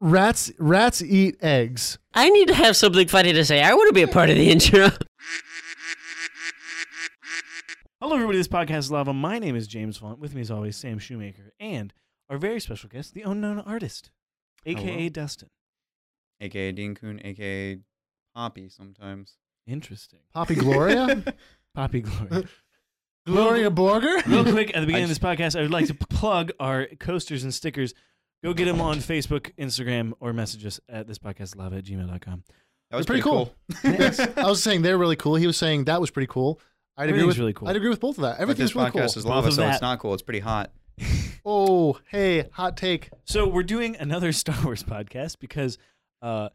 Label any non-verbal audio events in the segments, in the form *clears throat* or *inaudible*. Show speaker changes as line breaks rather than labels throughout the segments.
rats rats eat eggs.
I need to have something funny to say. I want to be a part of the *laughs* intro.
Hello, everybody. This podcast is Lava. My name is James Font. With me, as always, Sam Shoemaker and our very special guest, the unknown artist, aka
Hello.
Dustin.
aka Dean Coon, aka Poppy sometimes.
Interesting.
Poppy
*laughs*
Gloria,
Poppy Glory.
Gloria
Real
Borger.
quick, at the beginning of this
just-
podcast, I would like to plug our coasters and stickers. Go get them on Facebook, Instagram, or message us at this podcast lava at gmail.com.
That was
pretty
pretty,
cool. *laughs*
cool. *laughs*
Yes. I was saying they're really cool. He was saying that was pretty cool. I'd agree
Everything's
with
really cool.
I'd agree with both of that.
But
Everything's
this
really cool.
podcast is lava,
of
so
that.
it's not cool. It's pretty hot.
oh, hey, hot take.
So, we're doing another *laughs* Star Wars podcast because uh,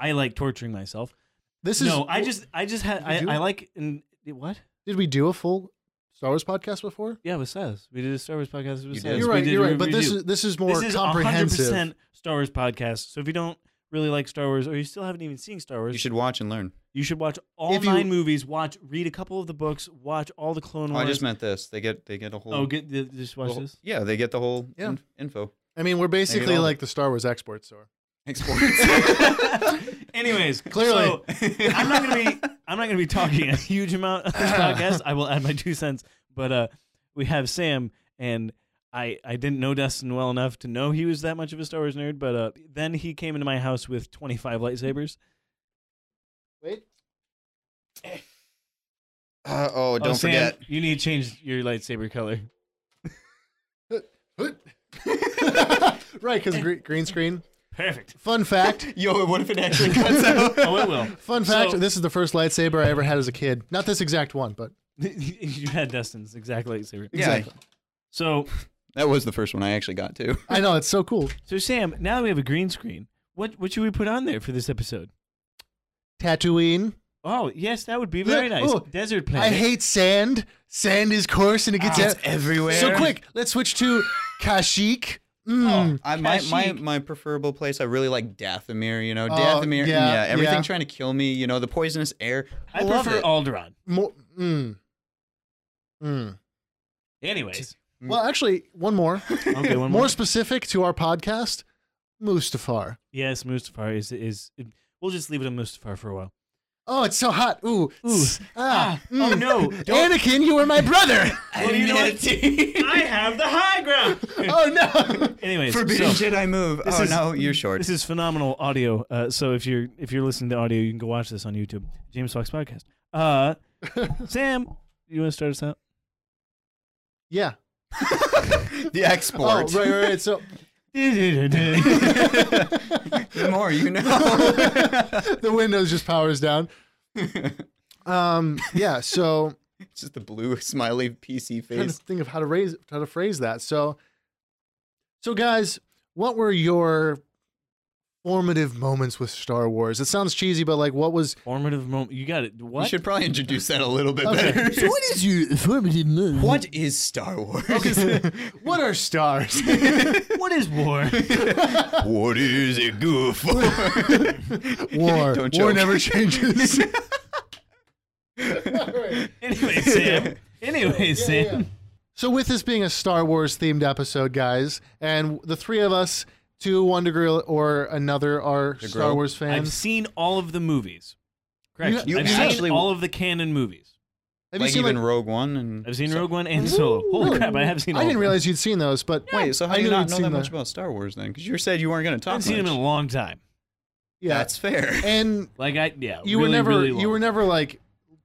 I like torturing myself.
This is
no, I just, I just had,
Did you do
I, I
it?
like, and what?
did we do a full Star Wars podcast before?
Yeah, with Saz. We did a Star Wars podcast with
You
Saz.
did. Yes,
We
you're right.
did
You're
a
right. But this
review.
is this is more
this is
comprehensive.
100% Star Wars podcast. So if you don't really like Star Wars or you still haven't even seen Star Wars,
You should watch and learn.
you should watch all
If you-
nine movies, watch, read a couple of the books, watch all the Clone
Oh,
Wars.
I just meant this. They get they get a whole.
oh, get, th- just
the
watch
*laughs*
whole-
this. *laughs*
Yeah, they get the whole
Yeah.
in-
*laughs*
info.
I mean, we're basically
all.
like the Star Wars export store.
*laughs*
*laughs*
Anyways,
Clearly.
so I'm not gonna be I'm not gonna be talking a huge amount on
*laughs*
this podcast. I will add my two cents, but uh, we have Sam and. I, I didn't know Dustin well enough to know he was that much of a Star Wars nerd, but uh, then he came into my house with 25 lightsabers.
Wait,
*laughs* Uh, oh, don't
Sam,
forget.
You need to change your lightsaber color.
*laughs* right? Because gre- green screen.
Perfect.
Fun
*laughs*
fact.
Yo, what if it actually
oh, it
*laughs*
will. *laughs*
Fun fact.
So-
this is the first lightsaber I ever had as a kid. Not this exact one, but
you had Dustin's exact lightsaber.
Yeah.
exactly.
So,
That was the first one I actually got to.
I know it's so cool.
so Sam, now that we have a green screen, what what should we put on there for this episode?
Tatooine.
Oh, yes, that would be
Yeah,
very nice.
oh,
Desert
I
planet.
hate sand. Sand is coarse and it
Ah.
gets
It's
e-
everywhere.
So quick, let's switch to Kashyyyk.
Oh.
Mm.
*laughs*
I, my, my,
Kashyyyk.
my preferable place, I really like Dathomir, you know.
Oh,
Dathomir,
yeah,
yeah, everything
yeah.
trying to kill me, you know, the poisonous air.
I
love
prefer
it.
Alderaan.
Mo- mm. Mm.
*laughs*
Anyways,
Well, actually, one
*laughs*
more.
okay, one more.
more specific to our podcast, Mustafar.
Yes, Mustafar is is. we'll just leave it on Mustafar for a
*laughs*
while.
Oh, it's so hot. Ooh.
Ooh.
Tss. Ah.
Ah. Oh,
Mm.
no.
*laughs*
Don't-
Anakin, you were my
*laughs*
brother.
Well, you know what? *laughs* I have the high
*laughs*
ground.
oh no. *laughs*
Anyways,
Forbidden
so-
Jedi move.
This
oh
is-
no, you're short.
This is phenomenal audio. Uh, so if you're if you're listening to audio, you can go watch this on YouTube. James Fox podcast.
*laughs*
Uh, Sam, you want to start us out?
yeah.
the
*laughs* Oh,
export.
right, right, right.
*laughs*
So
That's
*laughs* the more you know. *laughs*
the Windows just powers down. Um, yeah. So
it's just the blue *laughs* smiley
*laughs*
PC
trying to
face.
think of how to raise how to phrase that. So, so guys, what were your formative moments with Star Wars? It sounds cheesy, but like, what
*laughs*
was?
formative moment. You got it.
You
What?
should probably introduce that a little bit
Okay. *laughs*
better.
So
what is your formative What is Star Wars?
*laughs* what are stars? *laughs*
what is
*laughs*
war?
*laughs* what is it good for?
*laughs* War.
*laughs* Don't
War
joke.
never
*laughs*
changes.
anyway, Sam. Anyway, Sam.
So, with this being a Star Wars themed episode, guys, and the three of us, to one degree or another, are Star
grill.
Wars
I've
fans.
seen all of the movies. Correct.
You-
you
I've seen
actually-
all of the canon movies.
Have
like even Rogue One and
I've seen Rogue One and Solo. Holy
Really?
crap! I have seen. All
I
of
didn't
them.
realize you'd seen those, but
Wait, so how
I
do
knew
you
you'd
not know
seen
that much
the-
about Star Wars then? Because you said you weren't going
I
to talk
haven't seen him
much.
in a long time.
Yeah,
That's *laughs* fair.
and
Like I, yeah.
you were
really,
never
really
you were
long.
never like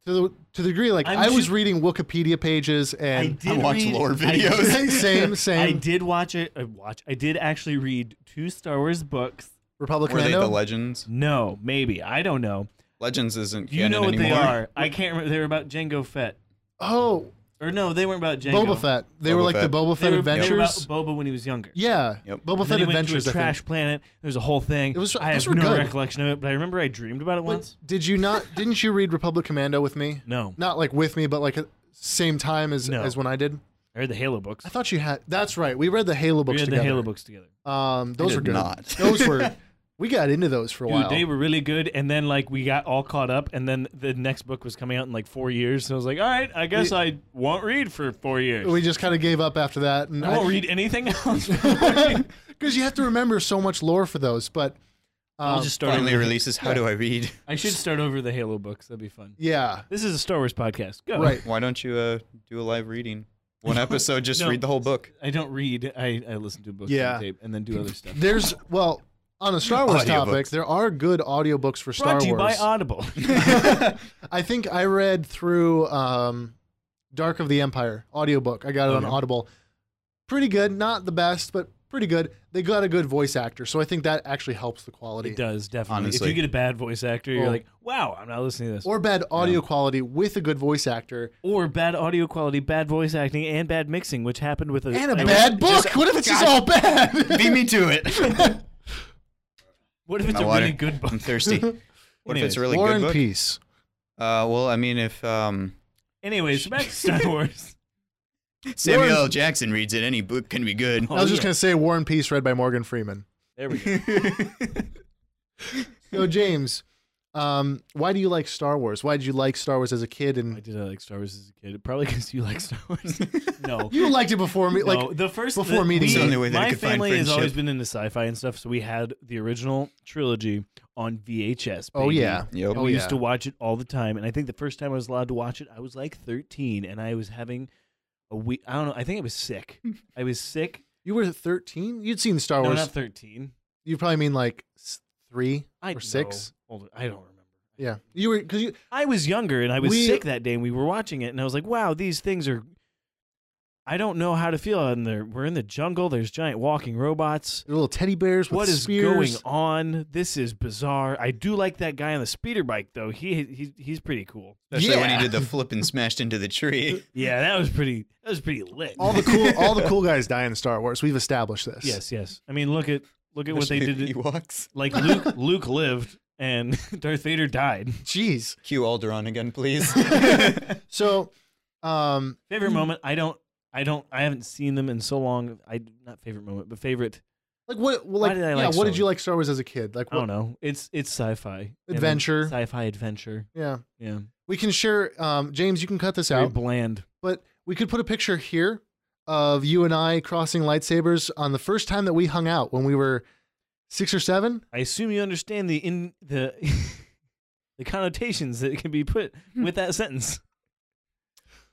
to the to the degree like
I'm
i was
ju-
reading Wikipedia pages
I
and
did
I watch
read-
lore *laughs*
I did-
videos.
*laughs* same
I
same
did watch it. I watch. I did actually read two Star Wars books.
Republic
Were they the
Commando.
Legends?
No, maybe I don't know.
Legends isn't
You
canon
know what
anymore.
they are. I can't remember. They were about Django Fett,
oh,
or no, they weren't about Django.
Boba Fett. They were
Boba
like the
Fett.
Boba
They
Fett
were,
Adventures.
They were about Boba when he was younger.
yeah,
Yep.
Boba
And then
Fett
he went
Adventures.
to
I
a
think.
trash planet. There's a whole thing.
It was-
I
those
have
were
no
good.
recollection of it, but I remember I dreamed about it
But
once.
did you not? Didn't you read Republic Commando with me?
No,
Not like with me, but like at same time as
No.
as when I did.
I read the Halo books.
I thought you had. That's right. We read the Halo
we
books
read
together.
the Halo books together.
Um, those
did
were good.
not.
Those
*laughs*
were. We got into those for a
Dude,
while.
they were really good, and then like we got all caught up, and then the next book was coming out in like four years. So I was like, all right, I guess I won't read for four years.
we just kind of gave up after that. And
I
I-
won't read anything else.
because you have to remember so much lore for those. But
*laughs* I'll
um,
just start.
Finally
over.
releases How Do I Read? *laughs*
I should start over the Halo books. That'd be fun.
yeah,
This is a Star Wars podcast. Go.
right.
Why don't you uh, do a live reading? *laughs* One episode, just
No.
read the whole book.
I don't read. I, I listen to books
Yeah.
on tape and then do other stuff.
There's well on a Star Wars topic,
Audiobooks.
there are good audiobooks for Star
Brought to you by
Wars. *laughs*
Audible.
I think I read through um, Dark of the Empire audiobook. I got it on
Okay.
Audible. Pretty good, not the best, but pretty good. They got a good voice actor, so I think that actually helps the quality.
It does definitely.
Honestly.
If you get a bad voice actor, you're
Oh.
like, wow, I'm not listening to this. Or,
Or bad audio quality with a good voice actor
bad audio quality, bad voice acting, and bad mixing, which happened with a
and a
I-
bad book. what if it's just all bad?
*laughs* Beat
*laughs*
me to it.
What if it's
My
a
water.
really good book?
*laughs* I'm *laughs* thirsty. What if
Anyways,
it's a really
War
good
and
book?
Peace.
Uh, well, I mean, if *laughs* um,
Anyways, back to Star Wars.
Samuel L. Jackson reads it, any book can be good.
*laughs*
*laughs*
I was just
Oh, yeah.
gonna say War and Peace, read by Morgan Freeman.
There we go.
So James, um, why do you like Star Wars? Why did you like Star Wars as a kid?
I
And
did I like Star Wars as a kid? Probably because you like Star Wars.
*laughs*
no.
you liked it before me. Like
no, the first
before
the,
meeting
we-
It's the
only way that I
my
could find
family has
friendship.
always been into sci-fi and stuff, so we had the original trilogy on VHS.
Oh,
baby.
yeah.
Yep.
And
Oh,
we
yeah.
used to watch it all the time. And I think the first time I was allowed to watch it, I was like 13, and I was having a week. I don't know. I think I
*laughs*
was sick. I was sick.
you were 13. You'd seen Star
No,
Wars.
not 13.
You probably mean like s- three
I
or six.
No, older. I don't remember.
Yeah, you were because you.
I was younger and I was
We-
sick that day, and we were watching it, and I was like, "Wow, these things are." I don't know how to feel. And there, we're in the jungle. There's giant walking robots.
Little teddy bears with
What is
spears.
going on? This is bizarre. I do like that guy on the speeder bike though. He, he he's pretty cool.
Especially when he
Yeah.
did the flip and smashed into the *laughs* tree.
Yeah, that was pretty. That was pretty lit.
All the cool, all the cool guys die in Star Wars. We've established this.
*laughs* yes, yes. I mean, look at look at what
*laughs*
they did. *laughs*
He
to-
walks.
Like Luke, Luke lived, and *laughs* Darth Vader died.
Jeez.
Cue Alderaan again, please.
*laughs* So, um,
Favorite moment? I don't. I don't. I haven't seen them in so long. I not favorite moment, but favorite.
like what? Well, like,
Why did I
yeah.
like
what
Star
did you
Wars?
like Star Wars as a kid? Like
I don't
what?
know. It's it's sci-fi And
Adventure.
Sci-fi adventure.
Yeah,
Yeah.
we can share. Um, James, you can cut this
Very
out,
bland.
but we could put a picture here of you and I crossing lightsabers on the first time that we hung out when we were six or seven.
I assume you understand the in the *laughs* the connotations that can be put
Hmm.
with that sentence.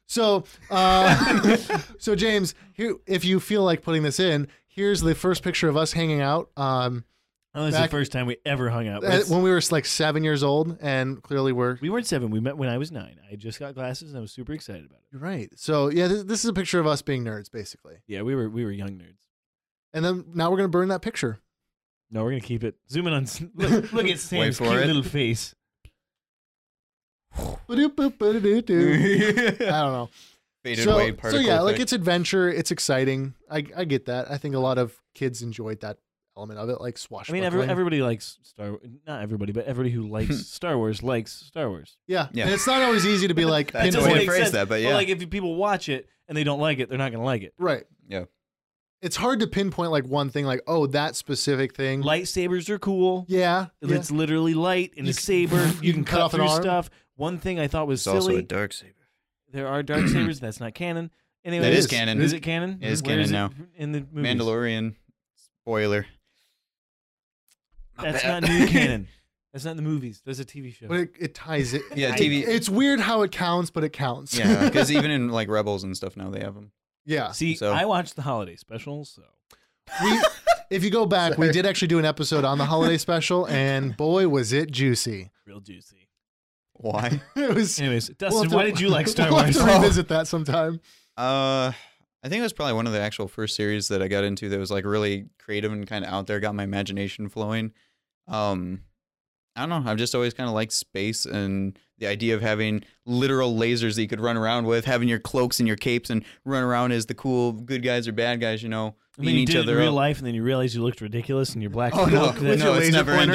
So, uh, *laughs* so James, here, if you feel like putting this in, here's the first picture of us hanging out. Um,
Oh, this is the
Back-
first time we ever hung out.
Uh, when we were like seven years old, and clearly we're
we weren't seven. We met when I was nine. I just got glasses and I was super excited about it.
you're right. So yeah, this, this is a picture of us being nerds, basically.
Yeah, we were we were young nerds.
And then now we're gonna burn that picture.
No, we're gonna keep it. Zoom in on.
*laughs*
s- Look, look at Sam's
for
cute
it.
little face.
Ba-doop, boop,
*laughs*
ba-da-doo-doo. I
Faded
don't know.
away
So, so
particle.
yeah, like
effect.
it's adventure. It's exciting. I I get that. I think a lot of kids enjoyed that element of it, like
I mean,
swashbuckling.
every, everybody likes Star. Not everybody, but everybody who likes
Hmm.
Star Wars likes Star Wars.
yeah.
Yeah.
And it's not always easy
*laughs*
to be like
That's the
doesn't
way to
pinpoint.
make
phrase
sense,
that, but yeah.
But like, if people watch it and they don't like it, they're not gonna like it.
Right.
yeah.
It's hard to pinpoint like one thing, like oh that specific
Hmm.
thing.
Lightsabers are cool.
yeah. yeah.
It's literally light and
You
a
can- *laughs*
saber. You, can cut,
off an
through
arm.
stuff. One thing I thought was
It's also a
silly.
dark saber.
there are
*clears throat*
dark sabers. That's not canon. Anyway,
That
is
canon.
Is it canon?
It is
Where
canon now.
it in the movies?
Mandalorian.
*laughs*
Spoiler. My
That's
bad.
not new canon. That's not in the movies. That's a TV show.
But it, it ties it.
Yeah,
it-
TV
It's weird how it counts, but it counts.
yeah, because even in like Rebels and stuff now they have *laughs* them.
*laughs* yeah.
See,
So-
I watched the holiday special, so
we, if you go back, we did actually do an episode on the holiday special, and boy, was it juicy.
real juicy.
Why?
It was.
Anyways, Dustin,
we'll have to-
why did
*laughs*
you like Star
we'll have
Wars?
*laughs*
to
Oh.
revisit that sometime.
Uh, I think it was probably one of the actual first series that I got into that was like really creative and kind of out there, got my imagination flowing. Um, I don't know. I've just always kind of liked space and the idea of having literal lasers that you could run around with, having your cloaks and your capes and run around as the cool good guys or bad guys, you know,
And then
beating
you
each
did it in
other
real
up.
life, and then you realized you looked ridiculous in your black
*laughs* Oh no,
cloak.
no,
that-
your
it's
laser
never
pointer.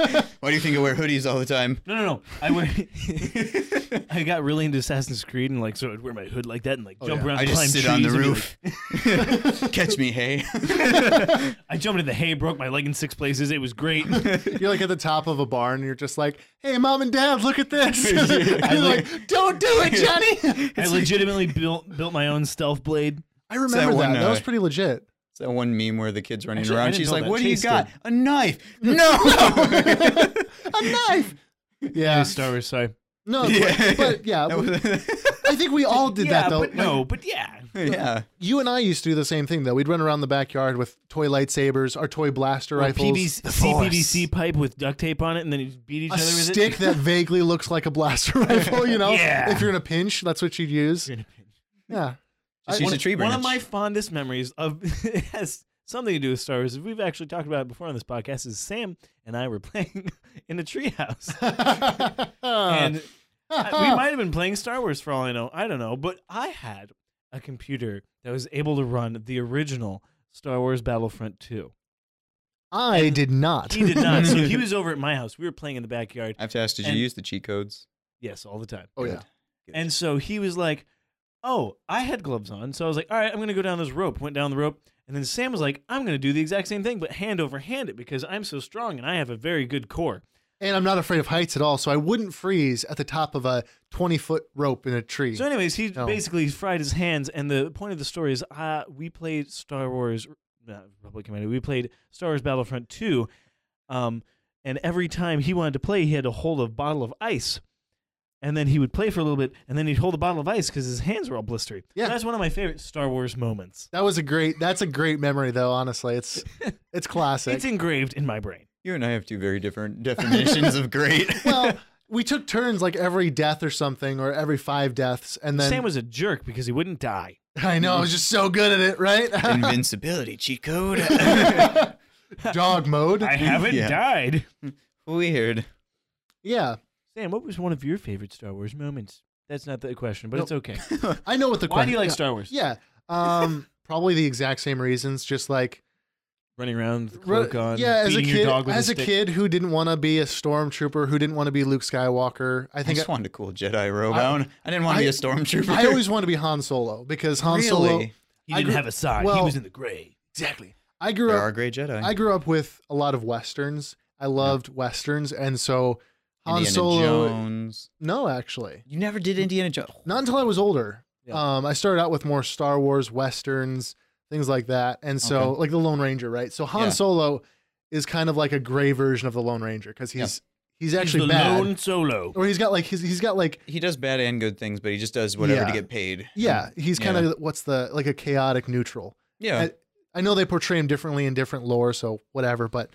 ended. *laughs* Why do you think I wear hoodies all the time?
No, no, no. I
*laughs*
wear. I got really into Assassin's Creed and like, so I'd wear my hood like that and like jump
yeah.
around.
Oh, I
and
just
climb
sit
trees
on the
and be
roof. *laughs* Catch me, hey.
like- I jumped into the hay, broke my leg in six places. It was
*laughs*
great.
You're like at the top of a barn, and you're just like, "Hey, mom and dad, look at
*laughs*
this!" *laughs*
Yeah.
And
I
you're
look-
like, "Don't do it, Johnny."
I legitimately built built my own stealth blade.
I remember
that
that.
one,
that was
uh,
pretty legit.
It's that one meme where the kid's running
Actually, I
around.
didn't
She's
know
like,
that.
"What do you
Chase
got?
did.
A knife? No,
*laughs*
a knife."
Yeah.
Star Wars, sorry. *laughs*
No,
Yeah.
But, but yeah,
*laughs* That was-
I think we all did
yeah,
that though.
But no, but yeah.
*laughs* yeah,
You and I used to do the same thing though. We'd run around the backyard with toy lightsabers, our toy blaster
Or
rifles,
PVC,
the Force.
CPVC pipe with duct tape on it, and then you just beat each
a
other with
stick
it. *laughs*
that vaguely looks like a blaster rifle. You know,
Yeah.
if you're in a pinch, that's what you'd use.
Stick.
Yeah,
just
I-
use a tree branch.
One of my fondest memories of *laughs* it has something to do with Star Wars. as We've actually talked about it before on this podcast. Is Sam and I were *laughs* playing in a treehouse, and
*laughs*
I- *laughs* we might have been playing Star Wars for all I know. I don't know, but I had a computer that was able to run the original Star Wars Battlefront 2.
I did not.
He did not. so he was over at my house. We were playing in the backyard.
I have to ask, did you
and-
use the cheat codes?
Yes, all the time.
*laughs* oh yeah.
And so he was like, "Oh, I had gloves on." So I was like, "All right, I'm going to go down this rope." Went down the rope, and then Sam was like, "I'm going to do the exact same thing, but hand over hand it because I'm so strong and I have a very good core."
And I'm not afraid of heights at all, so I wouldn't freeze at the top of a 20 foot rope in a tree.
So, anyways, he
No.
basically fried his hands. And the point of the story is, uh, we played Star Wars uh, Republic Commando. We played Star Wars Battlefront Two, um, and every time he wanted to play, he had to hold a bottle of ice. And then he would play for a little bit, and then he'd hold a bottle of ice because his hands were all blistery.
Yeah.
that's one of my favorite Star Wars moments.
that was a great. That's a great memory though. Honestly,
*laughs*
it's it's classic.
It's engraved in my brain.
You and I have two very different definitions of great.
well, we took turns like every death or something, or every five deaths, and then
Sam was a jerk because he wouldn't die.
*laughs* I know I was just so good at it,
*laughs*
right?
*laughs* Invincibility cheat code.
*laughs* Dog mode.
haven't
Yeah.
died.
Weird.
yeah,
Sam, what was one of your favorite Star Wars moments? That's not the question, but
No.
it's okay.
I know what *laughs* the
Why
question.
do you like
yeah.
Star Wars?
Yeah,
*laughs*
um, probably the exact same reasons. Just like
Running around, with the cloak
Ru-
on,
yeah, as a
beating
kid,
your dog with
as a,
stick.
kid who didn't want to be a stormtrooper, who didn't want to be Luke Skywalker. I
I
think
just
I,
wanted a cool Jedi robe
I-
on. I didn't want to
I-
be a stormtrooper.
I
*laughs*
always wanted to be Han Solo because Han
really.
Solo.
He
I
didn't
grew-
have a side. he
well-
was in the gray.
Exactly. I grew
There
up.
are gray Jedi.
I grew up with a lot of westerns. I loved westerns, and so Han
Indiana
Solo.
Jones.
No, actually,
You never did Indiana Jones.
not until I was older.
Yeah.
Um, I started out with more Star Wars westerns, things like that, and so
Okay.
like the Lone Ranger, right? So Han
Yeah.
Solo is kind of like a gray version of the Lone Ranger because
Yeah.
he's he's actually
He's the
bad,
lone solo.
or he's got like he's he's got like
He does bad and good things, but he just does whatever to
Yeah.
get paid.
yeah, he's kind of what's the like a chaotic neutral.
Yeah.
I- I know they portray him differently in different lore, so whatever, but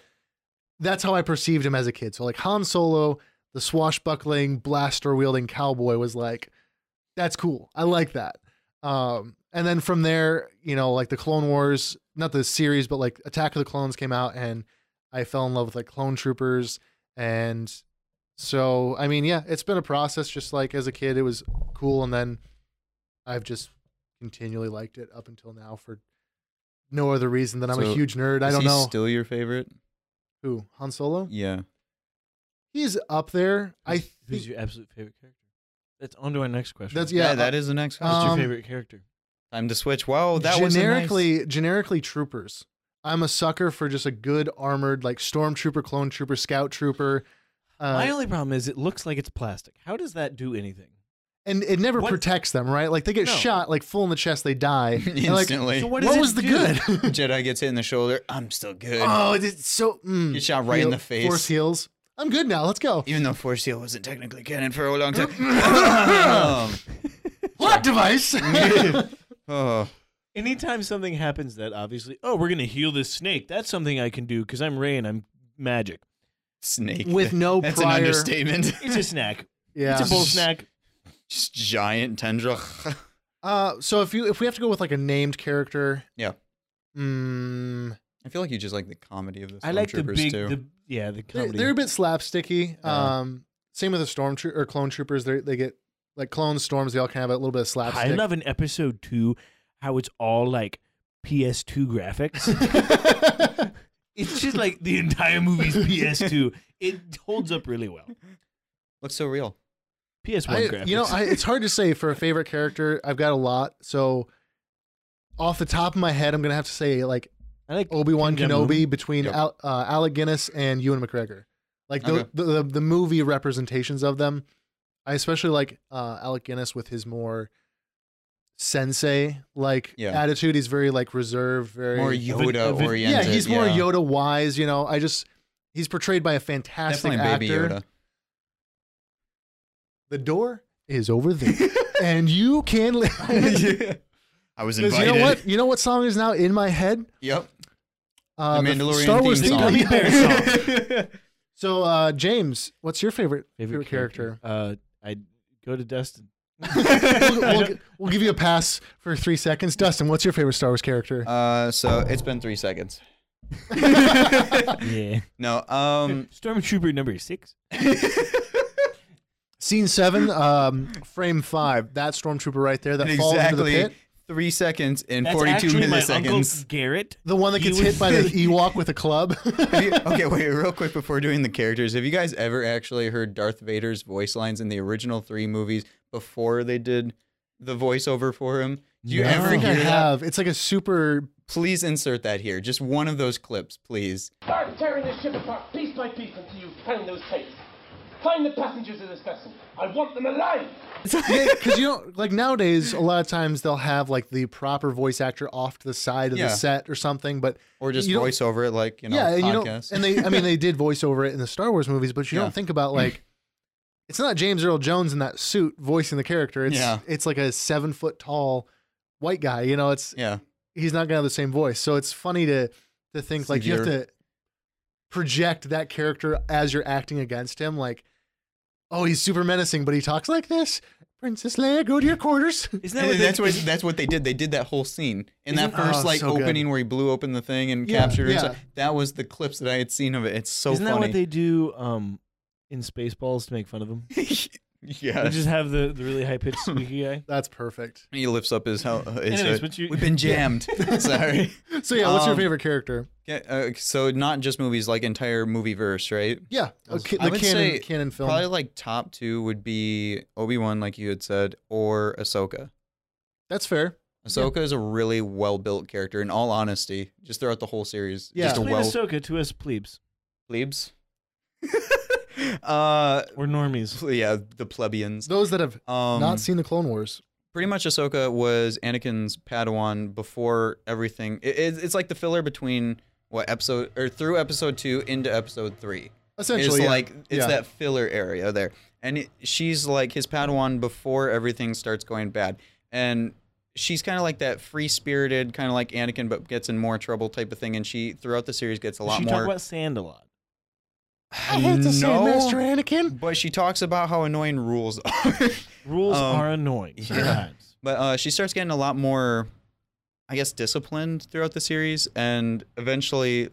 that's how I perceived him as a kid. So like Han Solo, the swashbuckling, blaster wielding cowboy was like, that's cool. I like that. Um, and then from there, you know, like the Clone Wars, not the series, but like Attack of the Clones came out and I fell in love with like clone troopers. And so, I mean, yeah, it's been a process. Just like as a kid, it was cool. And then I've just continually liked it up until now for no other reason than I'm a
So,
huge nerd. I
Is
don't
he
know
Still your favorite?
who Han Solo.
Yeah.
He's up there. I
Who's- Who's
think
your absolute favorite character? That's on to our next question.
that's
Yeah,
yeah.
that is the next one.
uh,
What's
um,
your favorite character?
Time to switch. Wow, Oh, that was
generically generically troopers. I'm a sucker for just a good armored like stormtrooper, clone trooper, scout trooper.
My
Uh,
only problem is it looks like it's plastic. How does that do anything?
and it never
What-
protects them, right? Like they get
No.
shot like full in the chest, they
*laughs*
die. And, like,
instantly.
So
Eh, what
does it
was the
do?
good?
*laughs* Jedi gets hit in the shoulder. I'm still good.
oh, it's so mm,
Get shot right in the face.
Force heals. I'm good now. Let's
*laughs*
go.
Even though Force Seal wasn't technically canon for
*laughs*
a long time.
Um, Plot
*laughs*
device.
oh,
anytime something happens that obviously, oh, we're gonna heal this snake. That's something I can do because I'm Ray and I'm magic.
snake.
*laughs* With no
That's
prior-
an understatement.
*laughs*
It's a snack.
yeah.
It's a bull snack.
*laughs* Just giant *laughs* tendril.
Uh, so if you if we have to go with like a named character,
Yeah.
mm,
I feel like you just like the comedy of the
I like the
Stormtroopers,
big,
too.
the yeah,
they're,
the comedy.
they're a bit slapsticky.
Yeah.
Um, same with the storm tro- or clone troopers. They they get like clone storms. They all kind of have a little bit of
I
slapstick. *laughs*
love in episode two how it's all like PS2 graphics. it's just like the entire movie's PS2. It holds up really well.
Looks so real.
PS1
I-
graphics.
you know, I, it's hard to say for a favorite character. I've got a lot, so off the top of my head, I'm gonna have to say like
I
Oh,
like
Obi Wan
King Djamun.
Kenobi between
Yep.
Al, uh, Alec Guinness and Ewan McGregor. Like the,
Okay.
the, the the movie representations of them. I especially like uh, Alec Guinness with his more sensei like
Yeah.
attitude. He's very like reserved, very
more Yoda
vid-
yeah.
oriented.
He's more Yoda wise. You know, I just he's portrayed by a fantastic
Definitely
actor.
baby Yoda.
The door is over
*laughs*
there, and you can. Li-
I was
*laughs* 'Cause
invited.
you know what? You know what song is now in my head?
Yep.
Uh,
The
f-
Mandalorian
Star Wars theme
theme song. *laughs*
song.
Gummy bear
Yeah. so, uh, James, what's your favorite favorite, character?
Uh, I'd go to Dustin.
*laughs* we'll, we'll gi- we'll give you a pass for three seconds. Dustin, what's your favorite Star Wars character?
Uh, so it's been three seconds.
yeah.
No. Um.
*laughs* Stormtrooper number six.
Scene seven, um, frame five. That stormtrooper right there that falls into the
exactly
pit.
three seconds and
That's
forty-two
actually my uncle
milliseconds.
Garrett.
The one that
He
gets
was-
hit by the Ewok with a club.
*laughs*
*laughs*
Have you- okay, wait, real quick before doing the characters, have you guys ever actually heard Darth Vader's voice lines in the original three movies before they did the voiceover for him? Do you
No.
I
ever
think I
hear that?
have. It's like a super.
Please insert that here. Just one of those clips, please.
Start tearing this ship apart piece by piece until you find those tapes. Find the passengers of this vessel. I want them alive.
Because you don't like nowadays. A lot of times they'll have like the proper voice actor off to the side of
Yeah.
the set or something, but
Or just
you don't-
voice over it like, you know,
yeah, and you don't,
podcast.
and they, I mean, they did voice over it in the Star Wars movies, but you
Yeah.
don't think about
*clears throat*
like, it's not James Earl Jones in that suit voicing the character. It's
Yeah.
it's like a seven foot tall white guy. You know, it's
*laughs* yeah.
he's not gonna have the same voice. So it's funny to to think like you have
Severe.
to project that character as you're acting against him. Like, oh, he's super menacing, but he talks like this. Princess Leia, go to your quarters. *laughs*
Isn't that
And
what
*laughs* that's
they,
what that's what they did. They did that whole scene in that
Isn't-
first
Oh,
like
so good.
opening where he blew open the thing and
Yeah,
captured her.
yeah.
inside. That was the clips that I had seen of it. It's so
Isn't that
funny.
what they do um, in Spaceballs to make fun of him?
*laughs* yeah.
They just have the, the really high
*laughs*
pitched squeaky guy.
That's perfect.
he lifts up his, hel- uh, his
Anyways,
hood.
but you-
We've been jammed. Sorry.
So yeah, what's your
Um,
favorite character?
Yeah, uh, so not just movies, like entire movie verse, right?
Yeah, okay,
I
the
would
canon,
say
canon film.
Probably like top two would be Obi Wan, like you had said, or Ahsoka.
That's fair.
Ahsoka is a really well built character. In all honesty, just throughout the whole series,
Yeah.
just a
Explain
well
Ahsoka to us plebes
plebes. *laughs* uh,
or normies.
ple- yeah, the plebeians.
Those that have
Um,
not seen the Clone Wars.
pretty much Ahsoka was Anakin's Padawan before everything. It, it's- it's like the filler between what episode or through episode two into episode three.
Essentially,
it's
yeah.
like it's
Yeah.
that filler area there, and it, she's like his Padawan before everything starts going bad, and she's kind of like that free spirited, kind of like Anakin, but gets in more trouble type of thing. And she throughout the series gets a lot
she
more.
talk about sand a lot.
I hate to say,
No.
Master
*laughs*
Anakin.
but she talks about how annoying rules are. *laughs*
Rules
Um,
are annoying sometimes.
But uh, she starts getting a lot more, I guess, disciplined throughout the series, and eventually,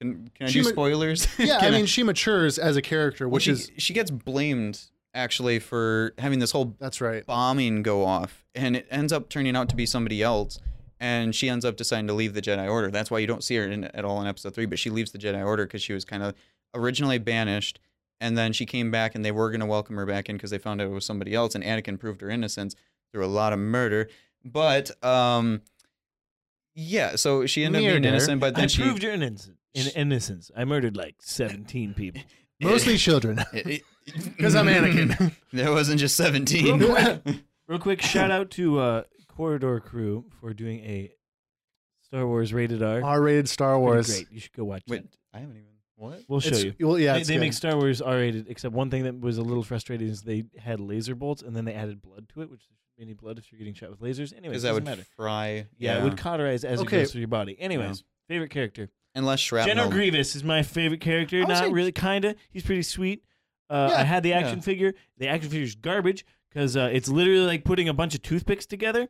can, can I
She
do
ma-
spoilers?
Yeah, I
*laughs* Can
mean, she matures as a character,
well,
which
she,
is
she gets blamed actually for having this whole
that's right.
bombing go off, and it ends up turning out to be somebody else, and she ends up deciding to leave the Jedi Order. That's why you don't see her in, at all in Episode Three, but she leaves the Jedi Order because she was kind of originally banished, and then she came back, and they were going to welcome her back in because they found out it was somebody else, and Anakin proved her innocence through a lot of murder, but um. Yeah, so she ended up being
Murder.
innocent, but then
I
she *laughs*
proved your innocence. In innocence, I murdered like *laughs* seventeen people.
Mostly
*laughs*
children, because
because
I'm
*laughs*
Anakin.
There wasn't just seventeen.
*laughs*
Real quick, shout out to uh, Corridor Crew for doing a Star Wars rated R. Pretty
R-rated Star Wars.
Great, you should go watch
Wait,
it.
I haven't even what?
We'll show
It's-
you.
Well, yeah,
They,
it's
they
good.
make Star Wars R rated, except one thing that was a little frustrating is they had laser bolts and then they added blood to it, which there shouldn't be any blood if you're getting shot with lasers. Anyway,
Because
doesn't
that would
matter.
fry.
Yeah, it would cauterize as
Okay.
it goes through your body. Anyways, favorite character.
Unless shrapnel.
General Grievous is my favorite character.
I would
Not
say-
really, kinda. He's pretty sweet. Uh,
Yeah,
I had the
yeah.
action figure. The action figure's garbage because uh, it's literally like putting a bunch of toothpicks
*laughs*
together.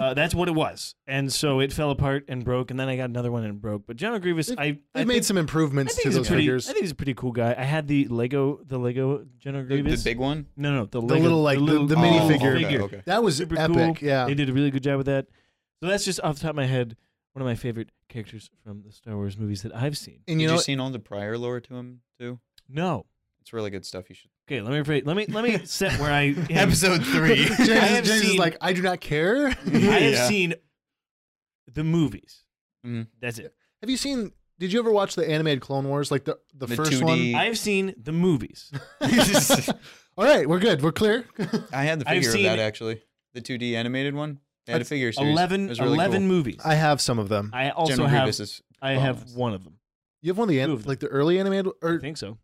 uh, that's what it was, and so it fell apart and broke. And then I got another one and it broke. But General Grievous,
They've-
I
They
I
made
think-
some
I
improvements
think
to
he's a
those
pretty.
figures.
I think he's a pretty cool guy. I had the Lego, the Lego General
The,
Grievous.
big one.
no, no, the,
The
Lego,
little, like, the- the mini
little
figure.
Okay, okay.
That was
Super
epic.
cool.
Yeah,
They did a really good job with that. So that's just off the top of my head, one of my favorite characters from the Star Wars movies that I've seen.
and you
Did
know,
you seen all the prior lore to him too?
No.
It's really good stuff. You should.
Okay, let me rephrase. Let me let *laughs* me set where I am. *laughs*
three.
*laughs* James,
I have
James is
seen-
like, I do not
*laughs*
care.
I have
Yeah.
seen the movies. *laughs*
Mhm.
That's it.
Have you seen? Did you ever watch the animated Clone Wars, like the the,
The
first one?
2D.
I've seen the movies. *laughs*
*laughs* All right, we're good. We're clear. *laughs*
I had the
I've
figure of
seen-
that actually. the 2D animated one. They had a
That's
figure series.
11,
It was really
11
cool.
movies.
I have some of them.
I also
General
have
Grievous is
I have
bonus.
one of them.
You have one of the
Two
an-
of them.
like the early animated,
I
or
think so.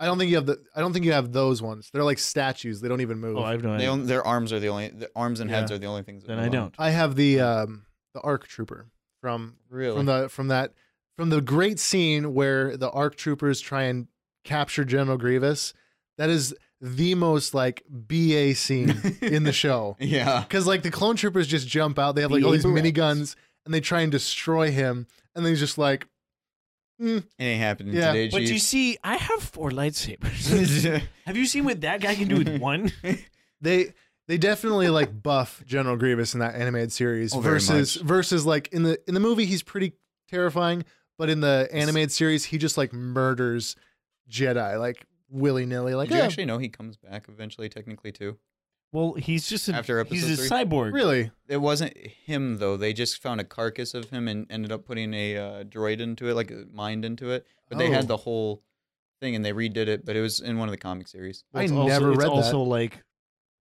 I don't think you have the. I don't think you have those ones. They're like statues. They don't even move.
Oh, I
I,
have no
They
idea.
only, their arms are the only their arms and heads
Yeah.
are the only things. that
Then
move
I
on.
don't.
have the um the Arc Trooper from
really.
from the from that from the great scene where the Arc Troopers try and capture General Grievous. That is the most like BA scene in the
*laughs*
show.
*laughs* yeah,
Because like the clone troopers just jump out, they have like
The
all these
Abrams.
miniguns, and they try and destroy him, and then he's just like, "Mm,
it ain't happening
Yeah.
today,
But you
*laughs* Chief.
see, I have four lightsabers.
*laughs*
have you seen what that guy can do *laughs* with one?
they they definitely
*laughs*
like buff General Grievous in that animated series
Oh, very
versus
much.
versus like in the in the movie he's pretty terrifying, but in the animated series he just like murders Jedi like willy nilly like "Oh,
Did you
"Yeah,
actually know he comes back eventually, technically too?
well, he's just a,
After
he's a
episode three?
cyborg.
really
It wasn't him though. They just found a carcass of him and ended up putting a uh, droid into it, like a mind into it. But they
Oh.
had the whole thing and they redid it. But it was in one of the comic series.
I
It's also-
never
it's
read that.
also like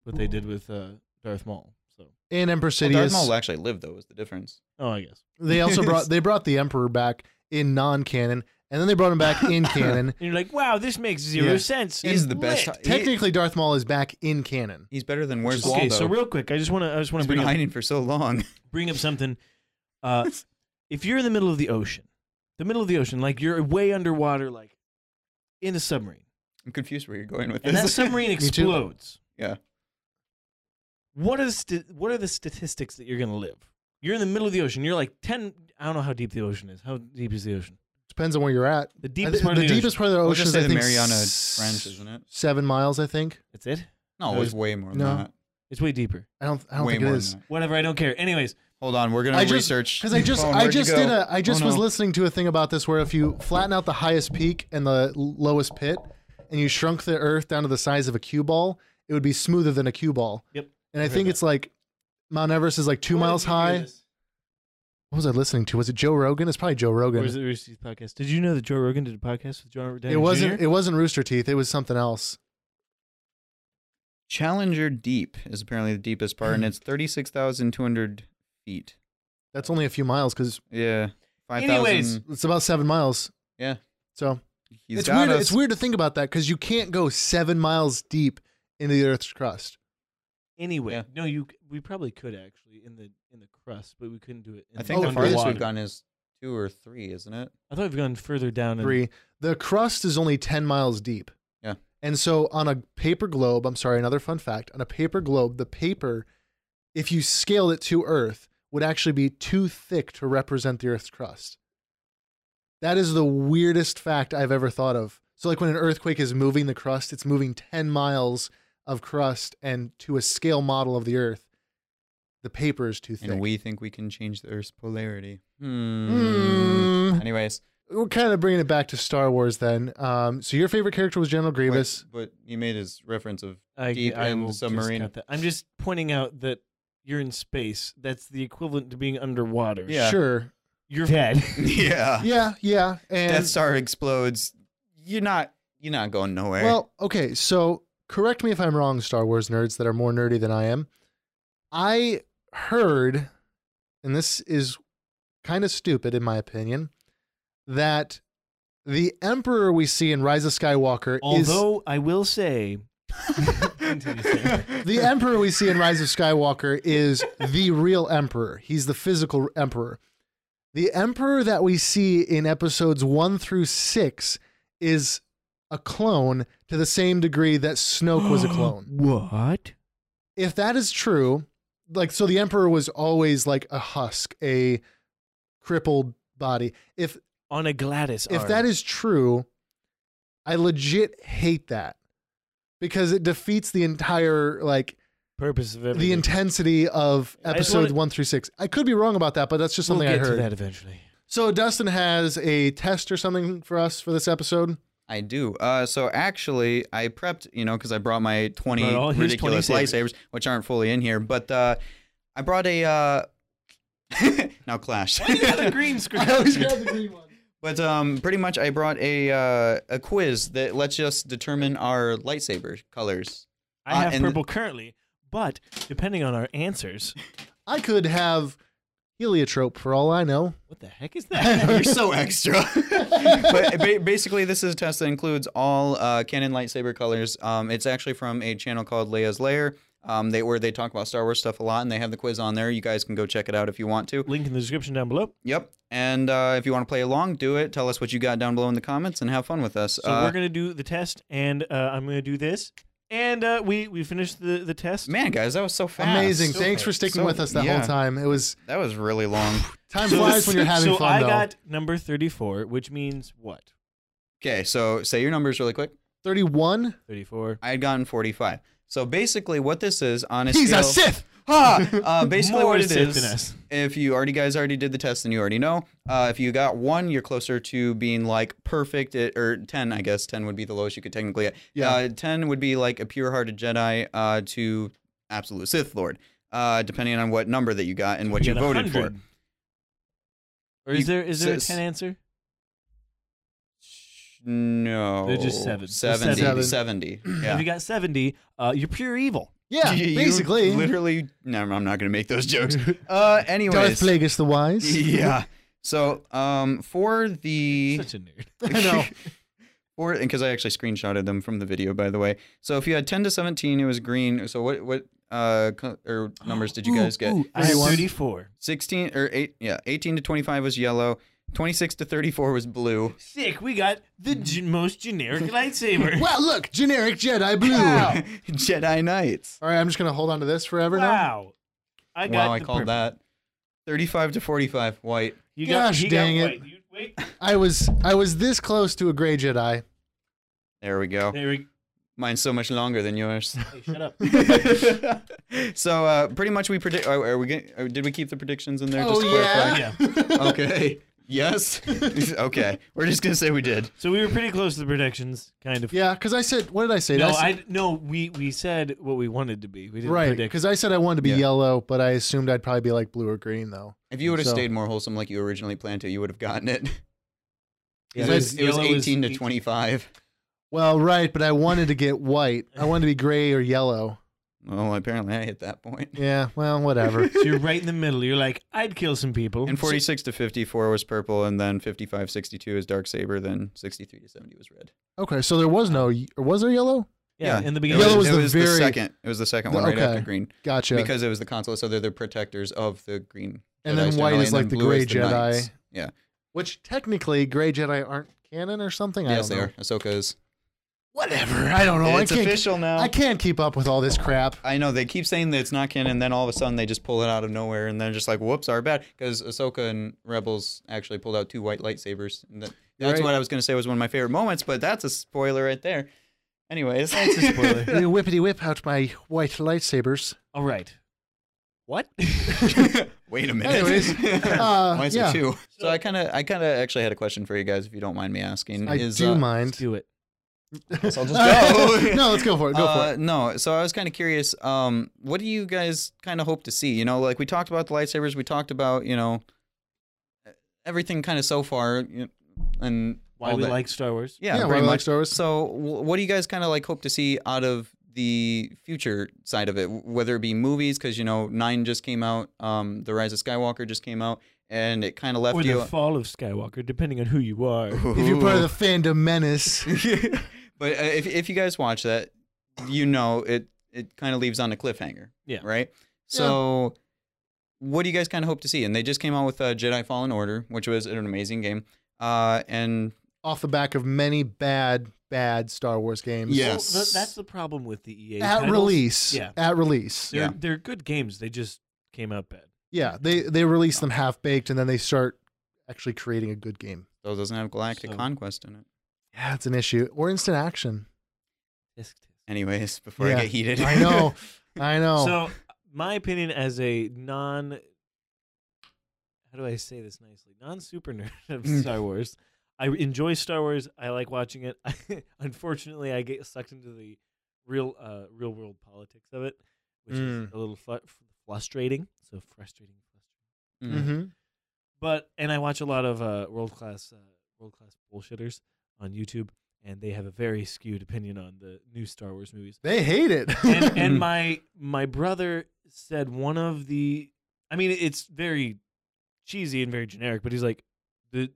what they did with uh, Darth Maul. So,
and Emperor
Well, Oh, Darth
Sidious.
Maul actually lived though. Was the difference?
oh, I guess
they also
*laughs*
brought they brought the Emperor back in non canon, and then they brought him back
*laughs*
in canon.
and you're like, wow, this makes zero
Yeah.
sense.
He's
and
the best.
lit."
He-
Technically, Darth Maul is back in canon.
he's better than Where's
Okay,
Waldo.
so real quick, I just want to I just want to
he's been
bring up,
hiding for so long.
bring
*laughs*
up something. Uh, if you're in the middle of the ocean, the middle of the ocean, like you're way underwater, like in a submarine,
I'm confused where you're going with
and that
*laughs*
this.
submarine
too.
explodes.
*laughs* yeah,
What are the sti- what are the statistics that you're gonna live? You're in the middle of the ocean. You're like ten. I don't know how deep the ocean is. How deep is the ocean?
Depends on where you're at.
The
I
deepest
thi-
part of the,
deepest part of the
We'll
ocean is
just say
I
the
think
Mariana
s-
Trench, isn't it?
Seven miles, I think.
ocean. That's it.
No, it was way more than
No.
that.
It's way deeper.
I don't. I don't
way
think
more
it
than
is
that.
Whatever. I don't care. Anyways,
Hold on, we're gonna
I just-
research
because I just
Phone,
I
where'd you
just
go?
did a I just
Oh,
was
no.
listening to a thing about this where if you flatten out the highest peak and the l- lowest pit and you shrunk the Earth down to the size of a cue ball, it would be smoother than a cue ball.
Yep.
And I
I've heard
think
that.
it's like Mount Everest is like two miles high. What was I listening to? Was it Joe Rogan? It's probably Joe
Or
Rogan.
was it Rooster Teeth podcast? Did you know that Joe Rogan did a podcast with John Downey
it wasn't.
Jr.?
It wasn't Rooster Teeth. It was something else.
Challenger Deep is apparently the deepest
*clears throat*
part, and it's thirty-six thousand two hundred feet.
That's only a few miles because
Yeah, five
Anyways.
thousand.
it's about seven miles.
Yeah,
So
he's
it's
got
weird.
us.
It's weird to think about that because you can't go seven miles deep into the Earth's crust.
Anyway,
Yeah.
no, you. c- We probably could actually in the in the crust, but we couldn't do it. In
I think
Oh,
the farthest
underwater.
we've gone is two or three, isn't it?
I thought we've gone further down. and-
Three. The crust is only ten miles deep.
Yeah.
And so on a paper globe, I'm sorry, another fun fact. On a paper globe, the paper, if you scaled it to Earth, would actually be too thick to represent the Earth's crust. That is the weirdest fact I've ever thought of. So like when an earthquake is moving the crust, it's moving ten miles of crust, and to a scale model of the Earth, the paper is too thick.
And we think we can change the Earth's polarity. Hmm.
Hmm.
Anyways,
we're kind of bringing it back to Star Wars then. Um, so your favorite character was General
wait,
Grievous.
but you made his reference of
I,
deep
I
and
will just
submarine.
cut that. I'm just pointing out that you're in space. That's the equivalent to being underwater.
Yeah. Ah.
Sure.
You're dead.
yeah.
*laughs* Yeah, yeah. And
Death Star explodes. You're not. You're not going nowhere. *laughs*
well, okay, so correct me if I'm wrong, Star Wars nerds that are more nerdy than I am. I heard, and this is kind of stupid in my opinion, that the Emperor we see in Rise of Skywalker is
*laughs* Although I will say,
the emperor we see in Rise of Skywalker is the real emperor. He's the physical emperor. The emperor that we see in episodes 1 through 6 is a clone to the same degree that Snoke
*gasps*
was a clone.
What?
If that is true, like so the emperor was always like a husk, a crippled body. If
On a Gladys.
if that is true, I legit hate that because it defeats the entire like
purpose of everything.
the intensity of
I just
episode
wanted-
one through six. I could be wrong about that, but that's just
we'll
something
get
I heard.
to that eventually.
So Dustin has a test or something for us for this episode.
I do. Uh, so actually, I prepped, you know, because I brought my twenty
Brought all his
ridiculous
20
lightsabers, which aren't fully in here. But uh, I brought a uh, *laughs* now clash.
*laughs*
green
*laughs*
screen.
but um, pretty much, I brought a uh, a quiz that lets us determine our lightsaber colors.
I
Uh,
have
and-
purple currently, But depending on our answers,
I could have heliotrope for all I know.
what the heck is that?
Oh, You're so extra. *laughs* but ba- basically, this is a test that includes all uh, canon lightsaber colors. Um, it's actually from a channel called Leia's Lair. Um, they where they talk about Star Wars stuff a lot, and they have the quiz on there. You guys can go check it out if you want to.
Link in the description down below.
Yep. And uh, if you want to play along, do it. Tell us what you got down below in the comments, and have fun with us. Uh,
So we're gonna do the test, and uh, I'm gonna do this, and uh, we we finished the the test.
man, guys, that was so fast.
Amazing. Thanks for sticking
So-
with us that
yeah.
whole time. It
*laughs*
was
That was really long.
time flies when you're having
*laughs* so
fun
I
though.
got number 34, which means what?
okay, so say your numbers really quick.
31.
34.
I had gotten 45. So basically, what this is on a
He's
scale,
a Sith.
*laughs*
Ha! *laughs* Uh, basically,
More
what it
Sith
is,
than us.
if you already guys already did the test, then you already know. Uh, if you got one, you're closer to being like perfect, it, or ten, I guess. Ten would be the lowest you could technically get.
Yeah.
Uh, ten would be like a pure-hearted Jedi uh, to absolute Sith Lord, uh, depending on what number that you got and what
We
you
got
voted for.
100. Or is
You-
there is there a
s-
10 answer?
No,
They're just seven. They're
70,
seven.
*clears throat*
70.
If
Yeah.
you got 70, uh, you're pure evil.
Yeah,
*laughs* You
basically.
literally. No, I'm not gonna make
*laughs*
those jokes. Uh,
Darth
anyways,
Plagueis the Wise.
*laughs* yeah. So, um, for the
Such a
*laughs*
nerd.
*laughs* I know.
for because I actually screenshotted them from the video, by the way. So if you had 10 to 17, it was green. So what what uh co- or numbers did you guys get?
Ooh, I had
31.
34.
16 or eight? Yeah, 18 to 25 was yellow. 26 to 34 was blue.
Sick, we got the g- most
*laughs*
generic lightsaber.
Wow, look, generic Jedi blue.
Jedi Knights.
All right, I'm just gonna hold on to this forever now.
Wow. I got
wow, I
the
called
perfect-
that. 35 to 45 white.
You
Gosh
he
dang it.
white. You, wait.
I was I was this close to a gray Jedi.
There we go.
There we
Mine's so much longer than yours.
hey, shut
*laughs*
up.
so uh, pretty much we predict. Are, are we? Get, are, did we keep the predictions in there?
Oh,
just to
yeah.
clarify?
Yeah.
*laughs* okay. Yes. *laughs* okay. We're just gonna say we did.
So we were pretty close to the predictions, kind of.
Yeah, because I said what did I say? Did
No,
I, said,
I no. We we said what we wanted to be. We didn't
right
predict.
because I said I wanted to be
Yeah.
yellow, but I assumed I'd probably be like blue or green though.
If you would have
So-
stayed more wholesome like you originally planned to, you would have gotten it.
Yeah,
it
but
was, it was
yellow
18
is
to
18.
25.
Well, right, but I wanted to get white. I wanted to be gray or yellow.
Well, apparently I hit that point.
Yeah, well,
*laughs*
whatever.
So you're right in the middle. You're like, I'd kill some people.
And 46 to 54 was purple, and then 55, 62 is dark saber, then 63 to 70 was red.
Okay, so there was no, or was there yellow?
yeah, in the beginning.
Yellow was
it
the
was
very-
second. It was the second
the-
one right
okay.
after green
Gotcha.
because it was the console, so they're the protectors of the green.
And then
Jedis
white
generally,
is
and then
like the
blue is
gray
knights.
Jedi.
Yeah.
Which technically, gray Jedi aren't canon or something. I
Yes,
don't
they
know.
are. Ahsoka's.
Whatever. I don't know.
Oh, it's
I can't.
official now.
I can't keep up with all this
*laughs*
crap.
I know they keep saying that it's not canon, and then all of a sudden they just pull it out of nowhere, and then just like, whoops, our bad. Because Ahsoka and Rebels actually pulled out two white lightsabers. And that, that's
right.
what I was gonna say was one of my favorite moments, but that's a spoiler right there. Anyways, that's
a spoiler.
You whippity whip out my white lightsabers.
All right. What?
*laughs* Wait a minute. *laughs*
Anyways, uh,
Why is
yeah,
it two? So I kind of, I kind of actually had a question for you guys, if you don't mind me asking.
I
is,
do
uh,
mind.
*laughs*
*laughs*
Do it.
guess I'll just go.
*laughs* no, let's go for it. Go for
Uh,
it.
no, so I was kind of curious. Um, what do you guys kind of hope to see? You know, like we talked about the lightsabers, we talked about you know e-, everything kind of so far, you know, and
Why
all
we
that.
like Star Wars?
yeah,
Yeah, why
pretty
we like
much.
Star Wars.
So, wh- what do you guys kind of like hope to see out of the future side of it, W- whether it be movies? Because you know, nine just came out, um, the Rise of Skywalker just came out, and it kind of left
Or
you.
the fall of Skywalker, depending on who you are.
Uh,
If you're part of the fandom menace,
*laughs* but uh, if if you guys watch that, you know it it kind of leaves on a cliffhanger.
Yeah.
Right. So, what do you guys kind of hope to see? And they just came out with uh, Jedi Fallen Order, which was an amazing game. Uh, and
off the back of many bad, bad Star Wars games.
Yeah.
Well, th- that's the problem with the EA
At
titles.
release.
Yeah.
At release.
They're,
Yeah.
they're good games. They just came out bad.
Yeah. They they release them half baked and then they start actually creating a good game.
so it doesn't have Galactic
So-
Conquest in it.
Yeah, it's an issue. Or instant action.
Tisk, tisk.
Anyways, *laughs* before
Yeah.
I get heated,
I
*laughs*
know. I know.
So, my opinion as a non how do I say this nicely? Non super *laughs* nerd of Star Wars. I enjoy Star Wars. I like watching it. *laughs* unfortunately, I get sucked into the real uh, real world politics of it, which is
Mm.
a little fl- frustrating. So frustrating, frustrating.
Mhm.
hmm
But and I watch a lot of uh, world class uh, world class bullshitters on YouTube, and they have a very skewed opinion on the new Star Wars movies.
They hate it.
*laughs*
and, *laughs* and my my brother said one of the I mean it's very cheesy and very generic, but he's like the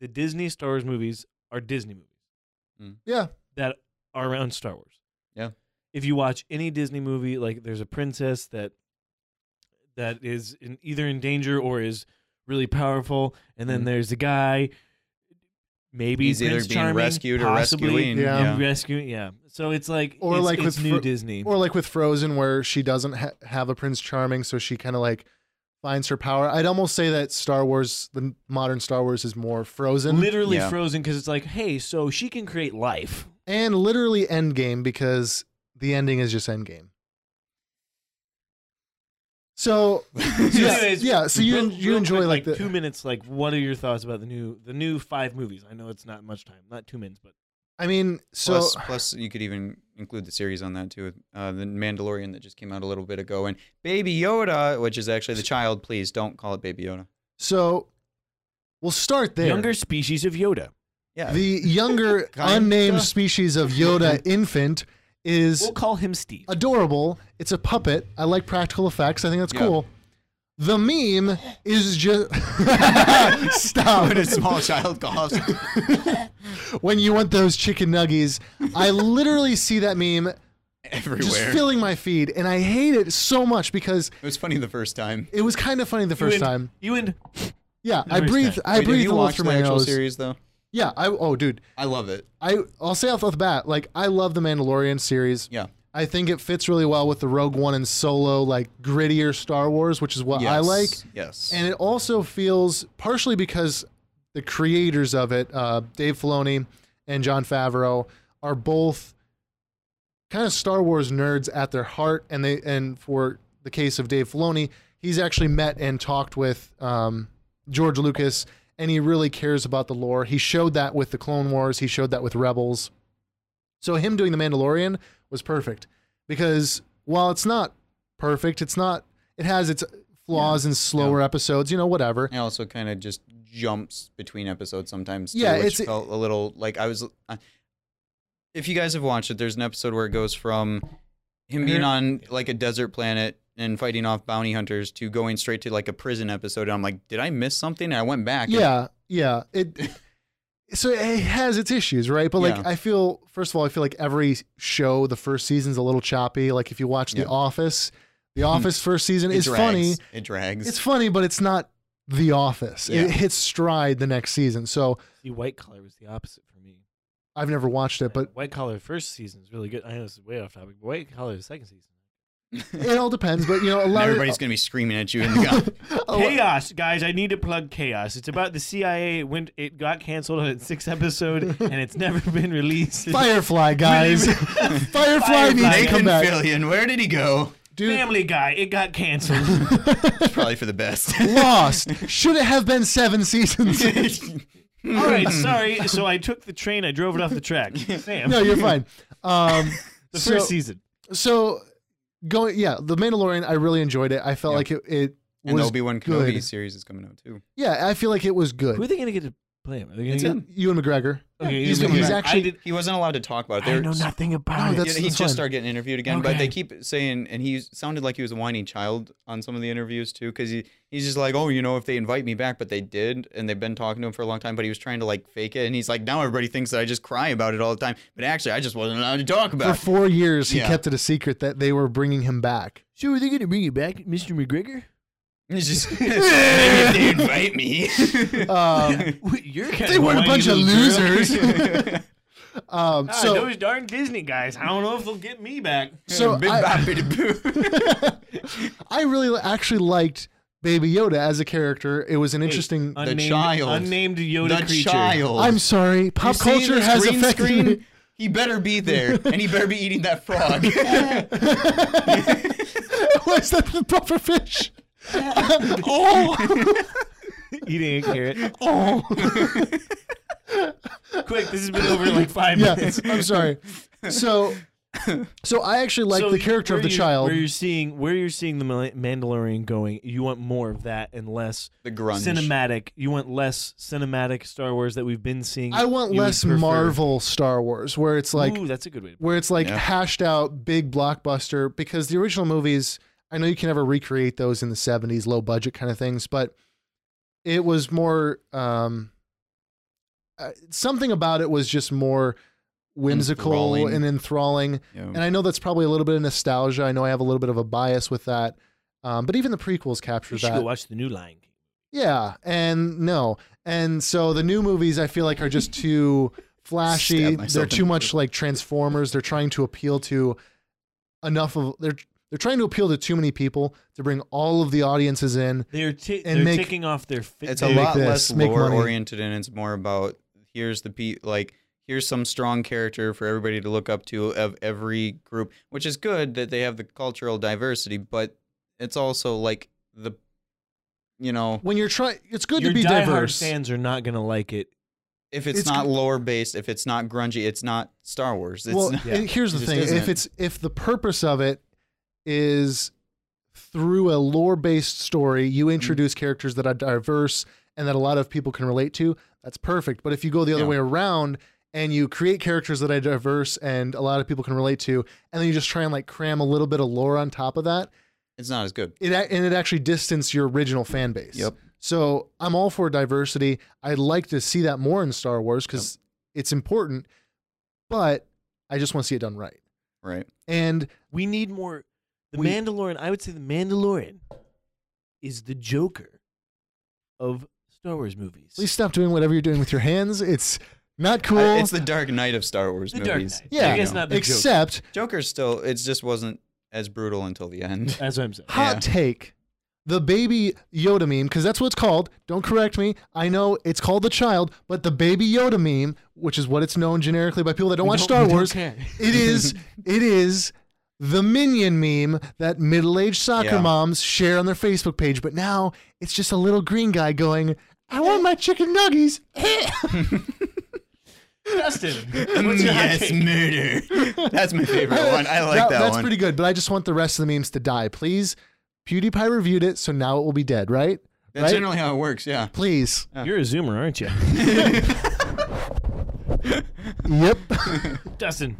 the Disney Star Wars movies are Disney movies
yeah.
that are around Star Wars.
Mm. Yeah.
If you watch any Disney movie, like there's a princess that that is in, either in danger or is really powerful, and then
Mhm.
there's a guy. Maybe
He's either
Prince
being
Charming,
rescued or
possibly
rescuing.
Yeah.
Yeah.
rescuing. Yeah. So it's like
Or
it's-
like
it's
with
new
Fro-
Disney.
*laughs* Or like with Frozen, where she doesn't ha- have a Prince Charming, so she kind of like finds her power. I'd almost say that Star Wars, the modern Star Wars, is more Frozen
literally
Yeah.
frozen because it's like, hey, so she can create life.
and literally Endgame because the ending is just Endgame. So
*laughs*
Mm.
So
*laughs* yeah,
anyways,
yeah, so you
real-
you
real
enjoy
quick,
like, the
two minutes. Like, what are your thoughts about the new the new five movies? I know it's not much time, not two minutes, but
I mean, so
plus, plus you could even include the series on that too. Uh, the Mandalorian that just came out a little bit ago, and Baby Yoda, which is actually the child. Please don't call it Baby Yoda.
so we'll start there.
younger species of Yoda.
Yeah,
the younger
*laughs* Kinda.
unnamed species of Yoda infant is
We'll call him Steve.
adorable. It's a puppet. I like practical effects. I think that's
Yeah.
cool. The meme is
*laughs*
just *laughs* stop.
when a *laughs* small child
*laughs*
coughs.
When you want those chicken nuggies, I literally see that meme just
everywhere.
filling my feed, and I hate it so much because
it was funny the first time.
it was kind of funny the first
you and,
time.
You and
Yeah, I
Every
breathe.
time.
I
Wait, have
breathe a
you
little
watched
through
the
my
actual
nose.
series though?
Yeah, I oh dude,
I love it.
I I'll say off the bat, like I love the Mandalorian series.
Yeah,
I think it fits really well with the Rogue One and Solo, like grittier Star Wars, which is what I
Yes.
like.
Yes,
And it also feels partially because the creators of it, uh, Dave Filoni and John Favreau, are both kind of Star Wars nerds at their heart. And they and for the case of Dave Filoni, he's actually met and talked with um, George Lucas, and he really cares about the lore. He showed that with the Clone Wars. He showed that with Rebels. So him doing the Mandalorian was perfect because while it's not perfect, it's not. It has its flaws and slower episodes. You know, whatever.
It also kind of just jumps between episodes sometimes.
Yeah,
yeah, which
it's-
felt a little like I was. I if you guys have watched it, there's an episode where it goes from him being on like a desert planet and fighting off bounty hunters to going straight to like a prison episode. And I'm like, did I miss something? And I went back. and-
Yeah, yeah. It
*laughs*
so it has its issues, right? But like
Yeah.
I feel first of all, I feel like every show the first season's a little choppy. Like if you watch The
Yeah.
Office, The
*laughs*
Office first season
it
is
drags.
funny.
It drags.
It's funny, but it's not The Office.
Yeah.
It hits stride the next season. So
the White Collar was the opposite for me.
I've never watched it, but
White Collar first season is really good. I know this is way off topic, but White Collar the second season.
it all depends. But you know, a
And
lot
everybody's
of
gonna be screaming at you
*laughs*
in the gun.
a lo-
Chaos, guys! I need to plug Chaos. It's about the CIA. It went, it got canceled on its sixth episode, and it's never been released.
Firefly guys, *laughs* Firefly needs to
Firefly.
come
Nathan
back,
Fillion, where did he go?
dude.
Family Guy, it got canceled.
It's probably for the best.
Lost should it have been seven seasons?
*laughs*
*laughs*
All right, sorry. So I took the train. I drove it off the *laughs* track. Sam,
no, you're fine. Um,
*laughs* the
so-
first season.
so going yeah the mandalorian i really enjoyed it i felt
Yeah.
like it, it
and the
was
Obi Wan
good.
Kenobi series is coming out too.
yeah i feel like it was good
Who are they gonna get to play him? Are they gonna
It's
get?
him.
ewan mcgregor
Okay,
he's,
Ewan
he's
McGregor.
actually
I did-
He wasn't allowed to talk about it.
I
They're-
know nothing about
No,
it.
Oh, that's-
yeah, he
fine.
just started getting interviewed again, but they
Okay.
keep saying, and he sounded like he was a whiny child on some of the interviews too, because he, he's just like, oh, you know, if they invite me back, but they did, and they've been talking to him for a long time, but he was trying to like fake it, and he's like, now everybody thinks that I just cry about it all the time, but actually, I just wasn't allowed to talk
for
about it.
four years he
Yeah.
kept it a secret that they were bringing him back
so are they gonna bring you back, Mr. McGregor?
And He's just, *laughs* maybe if they invite me.
um,
You're kind
they weren't a bunch of losers
*laughs*
*laughs* um, so
those darn Disney guys. I don't know if they'll get me back.
So
*laughs* Big
I-
bop, bitty boo.
i really actually liked baby yoda as a character it was an interesting
Unnamed,
child.
unnamed Yoda
the
creature.
child.
i'm sorry pop
You see
culture
this
has
green
affected
screen?
me
*laughs*
*laughs*
He better be there, and he better be eating
*laughs*
that frog.
was that the proper
*laughs*
fish oh
Eating a carrot.
oh
Quick, this has been over in like
*laughs*
five
yeah,
minutes.
I'm sorry. So So I actually like
So
the
you-
character of
where
the
you-
child.
Where you're seeing where you're seeing the Mal- Mandalorian going, you want more of that and less
The grunge.
cinematic. You want less cinematic Star Wars that we've been seeing.
I want
You would
less
prefer-
Marvel Star Wars, where it's like
Ooh, that's a good way. To
where it's like
Yeah.
hashed out big blockbuster because the original movies i know you can never recreate those in the 70s low budget kind of things but it was more um uh, something about it was just more whimsical
Enthralling.
and enthralling
Yeah.
and i know that's probably a little bit of nostalgia i know i have a little bit of a bias with that um, but even the prequels capture
You should
that
go watch the new Lion King.
yeah, and no, and so the new movies I feel like are just
*laughs*
too flashy.
Stab
They're
myself in
too
the
much
throat.
like Transformers. They're trying to appeal to enough of they're they're trying to appeal to too many people to bring all of the audiences in.
They're ti-
And
they're
make-
ticking off their. Fi-
it's a
their-
Make
lot
this,
less
make
lore
money.
oriented and it's more about here's the pe- like here's some strong character for everybody to look up to of every group which is good that they have the cultural diversity but it's also like the you know
When you're trying, it's good
your
to be
diehard
diverse.
fans are not gonna like it.
if it's,
It's
not
good-
lore based if it's not grungy it's not star wars it's *laughs*
well,
not,
and here's
It
the
just
thing: if
isn't.
it's if the purpose of it is through a lore-based story, you
Mm-hmm.
introduce characters that are diverse and that a lot of people can relate to. That's perfect. But if you go the other
Yeah.
way around and you create characters that are diverse and a lot of people can relate to, and then you just try and like cram a little bit of lore on top of that,
it's not as good
it a- and it actually distanced your original fan base.
Yep.
So I'm all for diversity. I'd like to see that more in Star Wars because it's important, but I just want to see it done right.
right
And
We need more. The
We-
Mandalorian. I would say the Mandalorian is the Joker of Star Wars movies.
please stop doing whatever you're doing with your hands. It's not cool.
I- it's the dark knight of star wars
the Dark
movies
Knight.
Yeah.
I guess
You know.
not the Joker.
Except
joker's still it just wasn't as brutal until the end
That's what I'm saying.
hot take. The baby Yoda meme, because that's what it's called. Don't correct me. I know it's called the child, but the baby Yoda meme, which is what it's known generically by people that don't
We
watch
don't-
Star
we don't
Wars,
care.
*laughs* it
*laughs*
is it is the minion meme that middle-aged soccer
Yeah.
moms share on their Facebook page, but now it's just a little green guy going, "I want my chicken nuggies."
Justin, *laughs*
*laughs*
what's your hot
yes
take?
murder *laughs* that's my
*laughs*
favorite one Oh, i like that,
That's
one
pretty good, but I just want the rest of the memes to die, please. PewDiePie reviewed it, so now it will be dead, right?
that's
right?
generally how it works yeah
Please.
You're a zoomer, aren't you?
Yep.
*laughs* Dustin,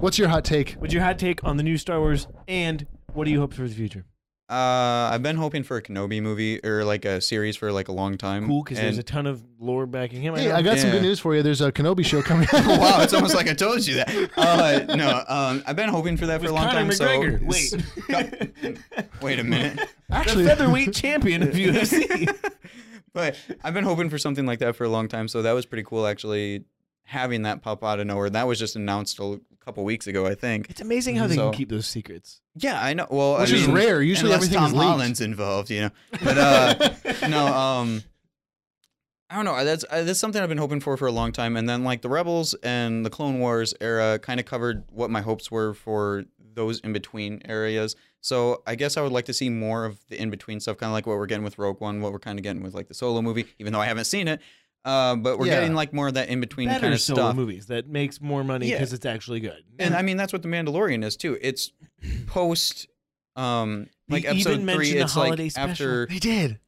What's your hot take?
what's your hot take on the new Star Wars and what do you hope for the future?
Uh, I've been hoping for a Kenobi movie or like a series for like a long time.
Cool, because there's
And-
a ton of lore backing him.
Hey, I got some
Yeah.
good news for you. There's a Kenobi show
*laughs*
coming out.
*laughs* wow, it's almost like I told you that. *laughs* Uh, no, um, I've been hoping for that for
With
a long
Conor
time.
McGregor.
So
Wait.
*laughs* wait
*laughs*
a minute.
Actually,
the featherweight champion of UFC.
But I've been hoping for something like that for a long time. So that was pretty cool, actually, having that pop out of nowhere. That was just announced a l- couple weeks ago, I think.
it's amazing how they
So-
can keep those secrets.
Yeah, I know. Well,
Which
I
is
mean,
rare. Usually
unless
everything
Tom
is leaked.
Holland's involved, you know.
*laughs*
But uh, no, um, I don't know. That's uh, that's something I've been hoping for for a long time. And then like the Rebels and the Clone Wars era kind of covered what my hopes were for those in between areas. So I guess I would like to see more of the in between stuff, kind of like what we're getting with Rogue One, what we're kind of getting with like the Solo movie, even though I haven't seen it. Uh, but we're
Yeah.
getting like more of that in between
Better
kind of
solo
stuff.
movies that makes more money
Yeah.
because it's actually good.
And I mean that's what the Mandalorian is too. It's post um
They
like episode
even
three.
mentioned the
It's like
holiday special.
after
they did.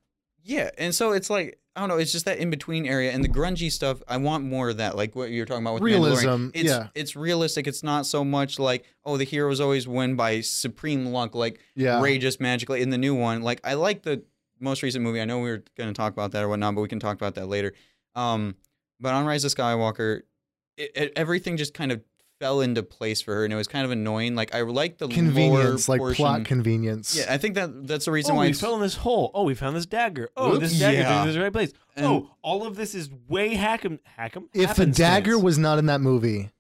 yeah, and so it's like I don't know. It's just that in between area and the grungy stuff. I want more of that, like what you're talking about with
Realism,
Mandalorian. It's,
yeah.
it's realistic. It's not so much like oh the heroes always win by supreme luck, like
Yeah.
Ray just magically in the new one. Like I like the most recent movie. I know we were going to talk about that or whatnot, but we can talk about that later. Um, but on Rise of Skywalker, it, it, everything just kind of fell into place for her, and it was kind of annoying. Like I like the
*laughs*
lore
Convenience, like
portion.
plot convenience.
Yeah, I think that that's the reason
oh,
why
we
it's-
fell in this hole. Oh, we found this dagger. Oh, this
Oops.
dagger
Yeah.
is in the right place.
And-
oh, all of this is way hack'em hack'em.
If the
happenstance.
dagger was not in that movie,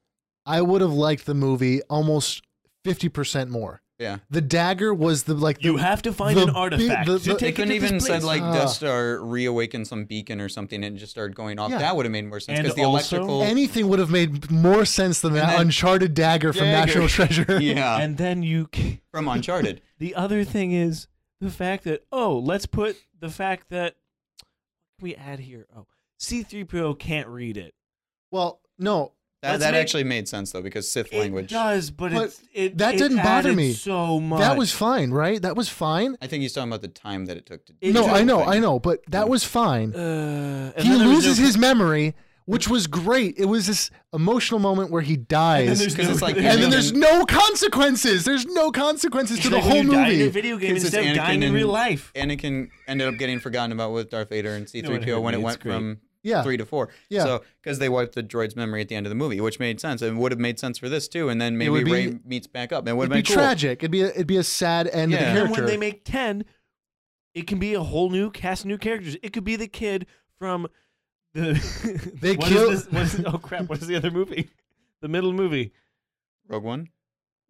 I would have liked the movie almost 50% more.
yeah.
The dagger was the like the,
you have to find
the
an
big-
artifact.
the-
to
the-
take
They
They
it
couldn't
to this
even said
place.
like
Ah.
Death Star reawakened some beacon or something and it just started going off.
Yeah.
That would have made more sense
And
because the
also-
electrical.
anything would have made more sense than that
then-
uncharted dagger from
Dagger.
*laughs*
National Treasure.
*laughs* yeah,
and then you. c-
from Uncharted.
The other thing is the fact that oh, let's put the fact that we add here. Oh, C three PO can't read it.
Well, no,
That,
Let's
that
make-
actually made sense though because Sith
It
language.
does, but,
But
it's, it
that
it
didn't bother
added
me.
so much.
That was fine, right? That was fine.
I think he's talking about the time that it took to.
It
no,
took-
I know, I know, but that was fine.
Uh, and
he
then there was
loses
*laughs* no-
his memory, which was great. It was this emotional moment where he dies.
there's
Because
no- *laughs*
it's like
and then
Anakin-
there's no consequences. There's no consequences *laughs* to
It's
the
like when
whole
you die in a
movie.
video game
'Cause it's
instead of dying
Anakin
in real
and-
life.
Anakin ended up getting forgotten about with Darth Vader and
know what
C3PO
hurt
when
me?
it
It's
went
great.
from
Yeah.
three to four.
Yeah.
So because they wiped the droid's memory at the end of the movie, which made sense, and would have made sense for this too. And then maybe
would be-
Ray meets back up. and It would
It'd
have
be
been cool.
tragic. It'd be a, it'd be a sad end
Yeah.
of the
And
character.
when they make 10, it can be a whole new cast of new characters. It could be the kid from the.
They
*laughs* What is
kill-
this- what is- oh, crap. What is the other movie? *laughs* The middle movie.
Rogue One.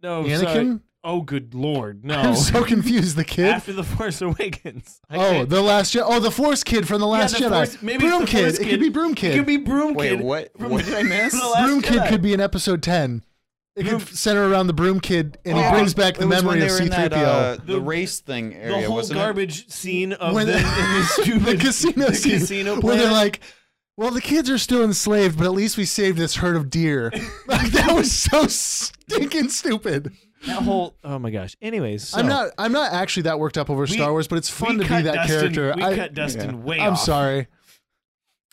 No, sorry.
Anakin.
Oh, good lord. No.
*laughs* I'm so confused. The kid.
After The Force Awakens. I
Oh,
can't-
the last Jedi. Oh, the Force Kid from the
Yeah,
Last
the
Jedi.
Force- maybe it's
Broom
the
Kid.
Force
It could be Broom Kid.
It could be Broom
Wait,
Kid.
what?
*laughs* from-
What did I miss?
from the Last
Broom Kid
Jedi.
could be in Episode Ten. It
Broom-
could center around the Broom Kid, and he
Oh,
brings back the
It was when
memory
they
of
were in
C-3PO.
that, uh,
The-
the race thing area.
the whole
wasn't
garbage scene of
Where
them
the-
*laughs*
*laughs*
in the stupid
the casino
the
scene,
casino
where they're
planet.
like, "Well, the kids are still enslaved, but at least we saved this herd of
*laughs*
deer." like that was so stinking stupid.
that whole oh my gosh. Anyways, so
I'm not. I'm not actually that worked up over Star Wars, but it's fun
we
to be
cut
that
Dustin,
character.
We
I,
cut Dustin way
I'm
off.
sorry.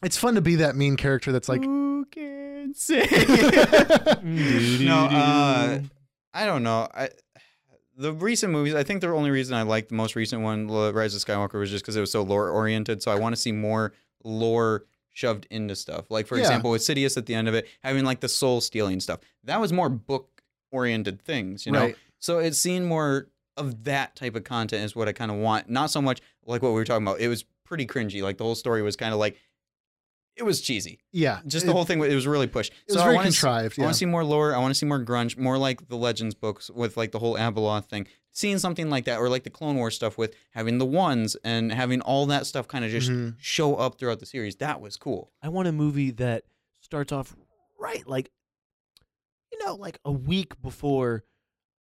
It's fun to be that mean character that's like,
Who can say? *laughs*
Mm,
No,
*laughs*
doo-doo-doo.
uh, I don't know. I the recent movies. I think the only reason I liked the most recent one, The Rise of Skywalker, was just because it was so lore oriented. So I want to see more lore shoved into stuff. Like for
Yeah.
example, with Sidious at the end of it, having like the soul stealing stuff. That was more book oriented things, you know.
Right.
So it's seeing more of that type of content is what I kind of want. Not so much like what we were talking about. It was pretty cringy. Like the whole story was kind of like. It was cheesy.
yeah,
Just
it-
the whole thing. It was really pushed.
It was
so I
very
wanna s-
contrived.
I
yeah.
want to see more lore. I want to see more grunge, more like the Legends books with like the whole Abeloth thing. Seeing something like that, or like the Clone War stuff with having the ones and having all that stuff kind of just
Mhm.
show up throughout the series. That was cool.
I want a movie that starts off right, like you know, like a week before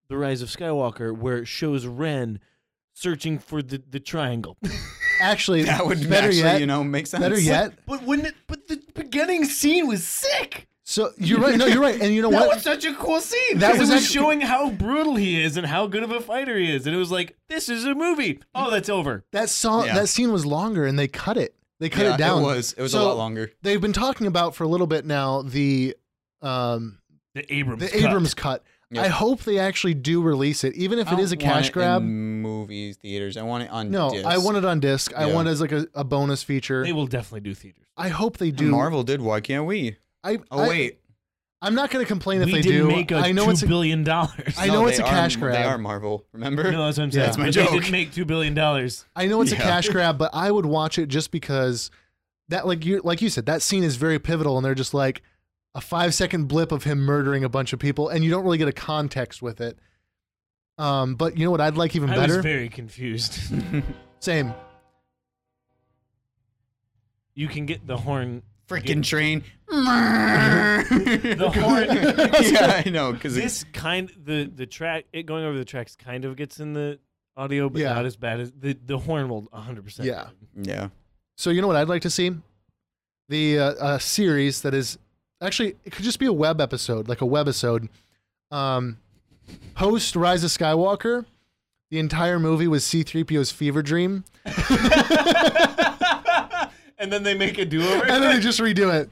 the Rise of Skywalker, where it shows Ren searching for the the triangle.
Actually,
*laughs* *laughs* That would
better
actually,
yet.
you know, make sense.
better
*laughs*
yet.
but when it, but the beginning scene was sick.
So you're right. No, you're right. And you know
*laughs* That
what?
was such a cool scene.
That
That was,
was
it was
actually-
showing how brutal he is and how good of a fighter he is. And it was like, this is a movie. Oh, that's over.
That song,
Yeah.
that scene was longer, and they cut it. They cut
Yeah,
it down.
It was. It was a
So,
lot longer.
They've been talking about for a little bit now the um
The Abrams.
the
cut.
Abrams cut.
Yeah.
I hope they actually do release it, even if
I
it is a
don't want
cash
it
grab.
In movie theaters. I want it on.
no,
disc.
I want it on disc. I
Yeah.
want it as like a, a bonus feature.
They will definitely do theaters.
I hope they
And
do.
Marvel did. Why can't we?
I,
Oh
I-
wait.
I'm not going to complain if
we
they
didn't
do.
make a
I know
two
it's a,
billion dollars.
*laughs* I
No,
know it's
they
a
are-
cash
They
grab.
are Marvel. Remember?
No, that's what I'm saying.
Yeah. That's
my
But They
joke.
didn't make two billion dollars.
I know it's a
Yeah.
cash grab, but I would watch it just because that like you like you said that scene is very pivotal, and they're just like a five second blip of him murdering a bunch of people, and you don't really get a context with it. Um, but you know what I'd like even
I was
better?
very confused. *laughs*
Same.
you can get the horn.
Freaking train.
The horn.
*laughs* yeah, I know. Because
this kind the the track it going over the tracks kind of gets in the audio, but
Yeah.
not as bad as the the horn will 100. percent
Yeah.
yeah.
So you know what I'd like to see? The uh, uh, series that is actually it could just be a web episode, like a webisode. Um, post Rise of Skywalker, the entire movie was C-3PO's fever dream,
and then they make a do over.
*laughs* and then
*laughs*
they just redo it.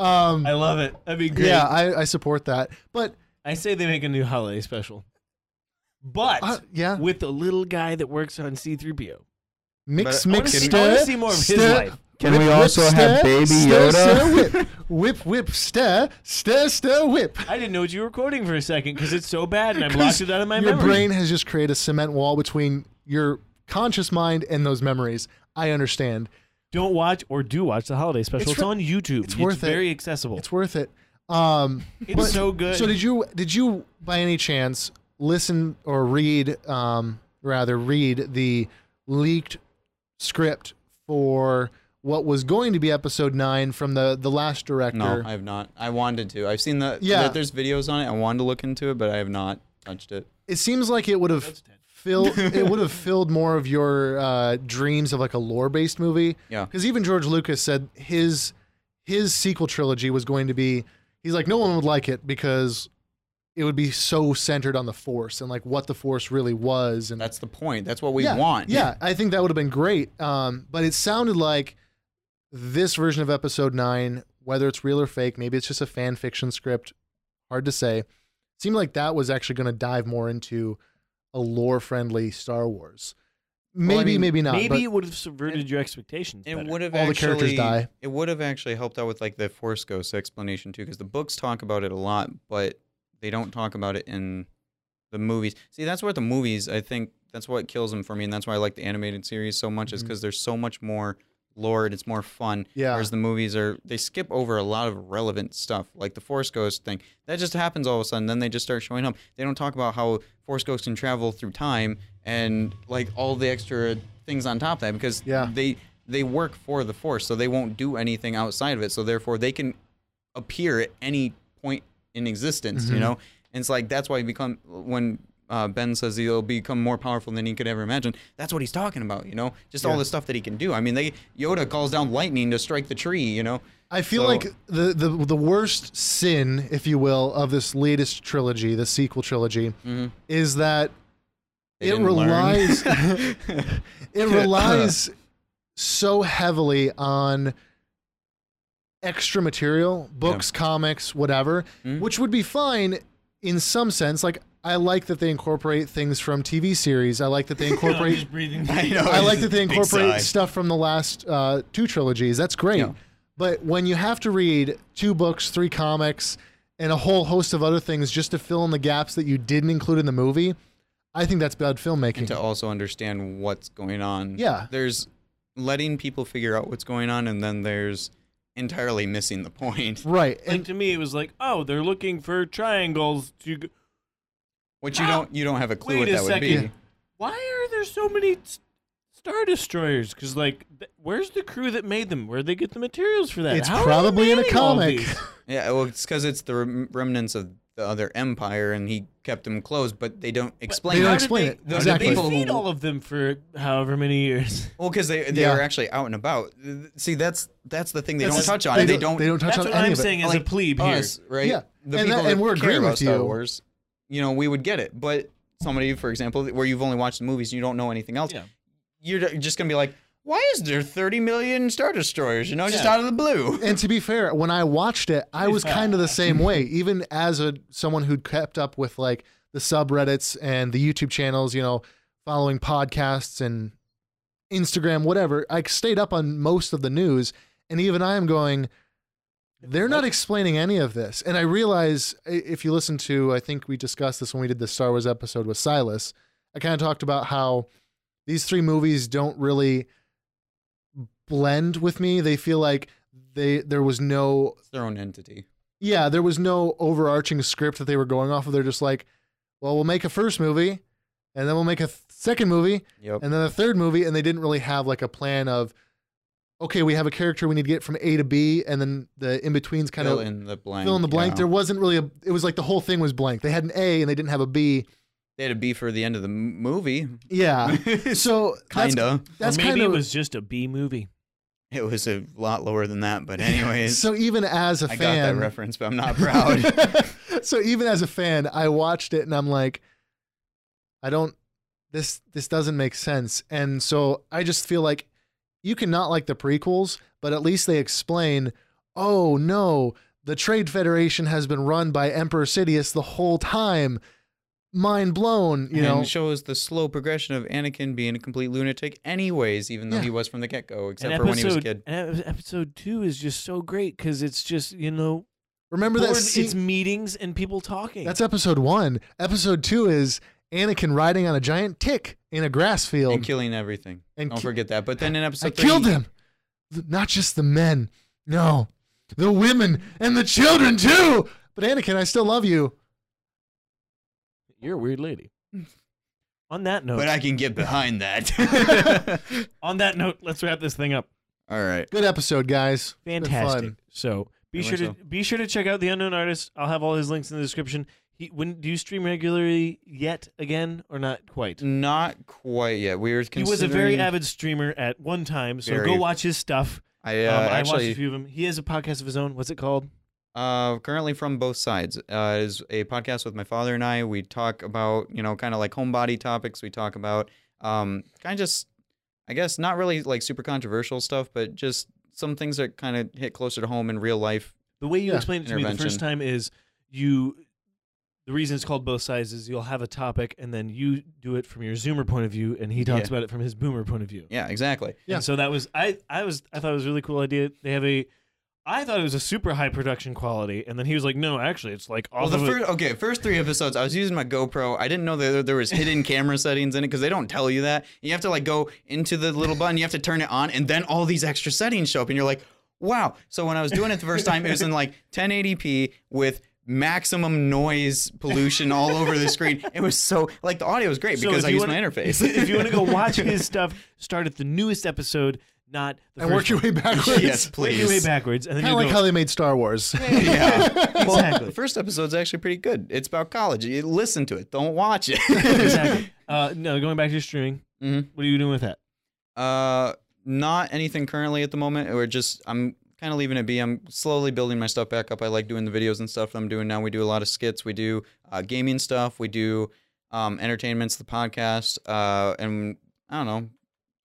Um,
I love it. That'd be great.
yeah, I, I support that. But
I say they make a new holiday special. But
Uh, yeah.
with the little guy that works on C3PO.
mix,
But I wanna
mix,
see-
stir.
I wanna see more of his
stir,
life.
Can
whip,
we
whip,
also
stir,
have Baby
stir,
Yoda?
stir, whip. whip, whip, stir, stir, stir, whip.
I didn't know what you were quoting for a second because it's so bad and I blocked it out of my
your
memory.
brain has just created a cement wall between your conscious mind and those memories. I understand.
Don't watch or do watch the holiday special.
It's
It's,
fr-
on YouTube.
it's worth it.
very accessible.
It's worth it. Um,
It's so good.
So did you did you by any chance listen or read um, rather read the leaked script for what was going to be episode nine from the the last director?
No, I have not. I wanted to. I've seen the
Yeah.
yeah. That there's videos on it. I wanted to look into it, but I have not touched it.
it seems like it would have filled it would have filled more of your uh, dreams of like a lore based movie.
Yeah.
Because even George Lucas said his his sequel trilogy was going to be He's like, no one would like it because it would be so centered on the Force and like what the Force really was. And
That's the point. That's what we
yeah,
want.
Yeah, I think that would have been great. Um, but it sounded like this version of episode nine, whether it's real or fake, maybe it's just a fan fiction script, hard to say. Seemed like that was actually going to dive more into a lore friendly Star Wars. Maybe,
I mean,
maybe not.
Maybe
but-
it would have subverted your expectations.
It
better.
would have
All the
actually,
characters die.
It would have actually helped out with like the Force Ghost explanation too, because the books talk about it a lot, but they don't talk about it in the movies. See, that's what the movies. I think that's what kills them for me, and that's why I like the animated series so much, is
Mhm.
because there's so much more lore and it's more fun.
Yeah.
Whereas the movies are they skip over a lot of relevant stuff, like the Force Ghost thing. That just happens all of a sudden. Then they just start showing up. They don't talk about how Force Ghosts can travel through time and like all the extra things on top of that because
Yeah.
they they work for the Force, so they won't do anything outside of it. So therefore, they can appear at any point in existence.
Mm-hmm.
You know, and it's like that's why you become when. Uh, ben says he'll become more powerful than he could ever imagine. That's what he's talking about, you know. Just all the stuff that he can do. I mean, they Yoda calls down lightning to strike the tree, you know.
I feel
So-
like the, the the worst sin, if you will, of this latest trilogy, the sequel trilogy, is that
Mm-hmm. They
it
didn't learn. *laughs*
relies *laughs* it relies so heavily on extra material, books, comics, whatever, which would be fine in some sense. Like I like that they incorporate things from TV series. I like that they incorporate
breathing.
know.
I like that they
Big sigh.
incorporate stuff from the last uh, two trilogies. That's great.
Yeah.
But when you have to read two books, three comics, and a whole host of other things just to fill in the gaps that you didn't include in the movie, I think that's bad filmmaking.
to also understand what's going on.
Yeah.
There's letting people figure out what's going on, and then there's entirely missing the point,
right.
Like
And
to me, it was like, oh, they're looking for triangles to. Go-
which you
Ah!
don't you don't have a clue
Wait
what
a
that would
second.
be.
Why are there so many s- star destroyers? Because like, th- where's the crew that made them? Where'd they get the materials for that?
it's
How are they
probably in a
manning all
comic.
these?
Yeah, well, it's because it's the rem- remnants of the other empire, and he kept them closed, but they don't explain.
They
it.
don't
How did
explain
they-
it.
how did
Exactly.
They feed all of them for however many years.
Well, because they they
Yeah.
are actually out and about. See, that's that's the thing they
That's-
don't touch on. They, don't.
They don't touch
That's
on
what
any
I'm
of it.
saying as a
like
plebe here.
us, right?
Yeah.
the
And
people
that-
that,
and we're
care
agreeing
about
with
Star
you.
Wars, you know, we would get it. But somebody, for example, where you've only watched the movies, and you don't know anything else.
Yeah.
You're just gonna be like, why is there 30 million Star Destroyers? You know, just out of
*laughs*
the blue.
and to be fair, when I watched it, I was kind of the same way. Even as a someone who'd kept up with like the subreddits and the YouTube channels, you know, following podcasts and Instagram, whatever, I stayed up on most of the news, and even I am going. They're not explaining any of this, and I realize i- if you listen to, I think we discussed this when we did the Star Wars episode with Silas. I kind of talked about how these three movies don't really blend with me. They feel like they there was no
It's their own entity.
yeah, there was no overarching script that they were going off of. They're just like, well, we'll make a first movie and then we'll make a th- second movie
Yep.
and then a third movie and they didn't really have like a plan of okay, we have a character we need to get from A to B and then the in-betweens kind
fill
of
in the blank.
fill in the
you
blank.
know.
There wasn't really a it was like the whole thing was blank. They had an A and they didn't have a B.
They had a B for the end of the m- movie. *laughs*
Yeah. *laughs* so that's-
Kinda.
That's,
or maybe
kind of
it was just a B movie.
It was a lot lower than that, but anyways,
so even as a
I got
fan
that reference, but I'm not proud. *laughs*
so even as a fan, I watched it and I'm like, I don't this this doesn't make sense. And so I just feel like you cannot like the prequels, but at least they explain, oh no, the Trade Federation has been run by Emperor Sidious the whole time. Mind blown, *laughs* you
and
know.
shows the slow progression of Anakin being a complete lunatic, anyways, even though
Yeah.
he was from the get go, except
And
for when he was a kid.
and ep- episode two is just so great because it's just you know
Remember that
bored-
scene-
it's meetings and people talking.
That's episode one. Episode two is Anakin riding on a giant tick in a grass field
And killing everything.
And
Don't
ki-
forget that. But then in episode
I
three,
killed them. Th- Not just the men. No. The women and the children too. But Anakin, I still love you.
You're a weird lady. on that note,
But I *laughs* can get behind that.
*laughs*
*laughs*
on that note, let's wrap this thing up.
All right.
Good episode, guys. Been fun.
Fantastic. So be
I
sure to
think
be sure to check out the unknown artist. I'll have all his links in the description. He, when do you stream regularly yet again or not quite?
Not quite yet. We were
He
Mm, considering.
was a very avid streamer at one time, so
Very.
go watch his stuff.
I, uh,
um, I watched
actually,
a few of them. He has a podcast of his own. What's it called?
Uh, currently from both sides uh, it is a podcast with my father and I. We talk about you know kind of like homebody topics. We talk about um, kind of just I guess not really like super controversial stuff, but just some things that kind of hit closer to home in real life.
The way you
Yeah.
explained it to me the first
Intervention.
time is you. The reason it's called both sides is you'll have a topic and then you do it from your Zoomer point of view, and he talks
Yeah.
about it from his Boomer point of view.
Yeah, exactly.
Yeah.
And so that was I. I was I thought it was a really cool idea. They have a. I thought it was a super high production quality, and then he was like, "No, actually, it's like all
Well,
of
the
it-
first okay, first three episodes, I was using my GoPro. I didn't know that there was hidden camera settings in it because they don't tell you that. You have to like go into the little button, you have to turn it on, and then all these extra settings show up, and you're like, wow. So when I was doing it the first time, it was in like 1080p with maximum noise pollution all over the screen. It was so like the audio was great
So
because
if
I
you
used my
*laughs* wanna-
interface.
if you want
*laughs*
to go watch his stuff, start at the newest episode, not the
and
first
work your
one.
way backwards. *laughs*
yes,
Work
please.
your way backwards, and then
Kind
you
of like
go,
how they made Star
*laughs*
Wars.
Yeah. Well,
Exactly.
the first episode's actually pretty good. It's about college. You listen to it. Don't watch it.
*laughs* exactly. Uh, no, going back to your streaming.
Mhm.
What are you doing with that?
Uh, not anything currently at the moment. We're just I'm kind of leaving it be. I'm slowly building my stuff back up. I like doing the videos and stuff that I'm doing now. We do a lot of skits. We do uh, gaming stuff. We do um, entertainments, the podcast, uh, and I don't know,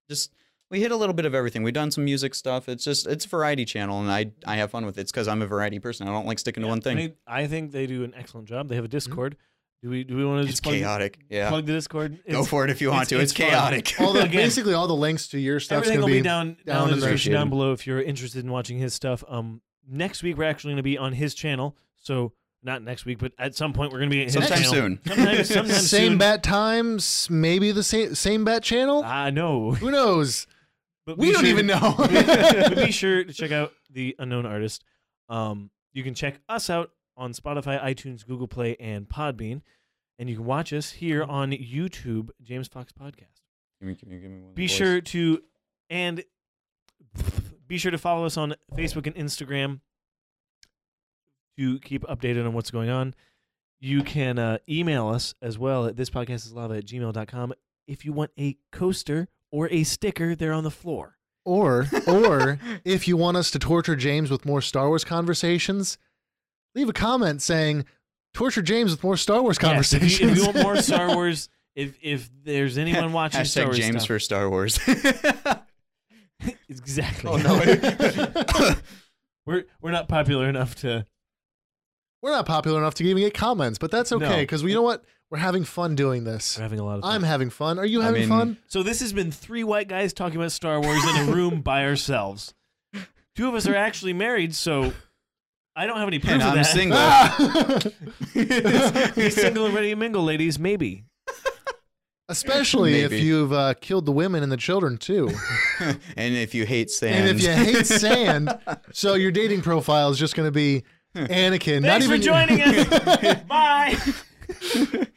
just we hit a little bit of everything. We've done some music stuff. It's just it's a variety channel, and I I have fun with it. It's because I'm a variety person. I don't like sticking to one
I,
thing.
mean, I think they do an excellent job. They have a
Mm-hmm.
Discord. Do we do we want to
It's
just plug,
chaotic. Yeah,
plug the Discord?
go for it if you want
it's-
to. It's,
it's fun.
chaotic.
all the
Again.
basically all the links to your stuff's
Everything
gonna
will be, down, down,
down
in
in
the
the
description
description.
down below if you're interested in watching his stuff. Um, next week we're actually going to be on his channel. So not next week, but at some point we're going to be at his
Sometime
channel.
soon.
*laughs*
Sometime, sometime
same
soon.
bat times, maybe the same same bat channel.
I know. *laughs*
Who knows?
But
We
be
don't
sure-
even
*laughs*
know. *laughs*
but be sure to check out the unknown artist. Um, you can check us out on Spotify, iTunes, Google Play, and Podbean, and you can watch us here on YouTube, James Fox Podcast.
*laughs* Give me- give me- give me one
Be
voice.
sure to and be sure to follow us on Facebook and Instagram to keep updated on what's going on. You can uh, email us as well at thispodcastislava at gmail.com if you want a coaster or a sticker there on the floor.
*laughs*
*laughs*
or or if you want us to torture James with more Star Wars conversations, leave a comment saying torture James with more Star Wars
Yes, if you-
conversations.
if, you, want
*laughs*
more
*laughs*
Star Wars, if if there's anyone watching
Hashtag
Star Wars
James
stuff,
for Star Wars.
*laughs* exactly.
Oh
*laughs*
no!
*laughs* we're we're not popular enough to.
We're not popular enough to even get comments, but that's okay
No.
because we you know what we're having fun doing this.
We're having a lot of. Fun.
I'm having fun. Are you
I
having
mean-
fun?
so this has been three white guys talking about Star Wars in a room by ourselves. Two of us are actually married, so I don't have any proof
and
of
I'm
*laughs*
that.
single.
uh, Be single and ready to mingle, ladies. Maybe.
Especially if
Maybe.
you've uh, killed the women and the children too.
and if you hate
And
sand,
if you
*laughs*
hate sand, so your dating profile is just going to be Anakin. *laughs*
Thanks
not even
for joining us. Bye.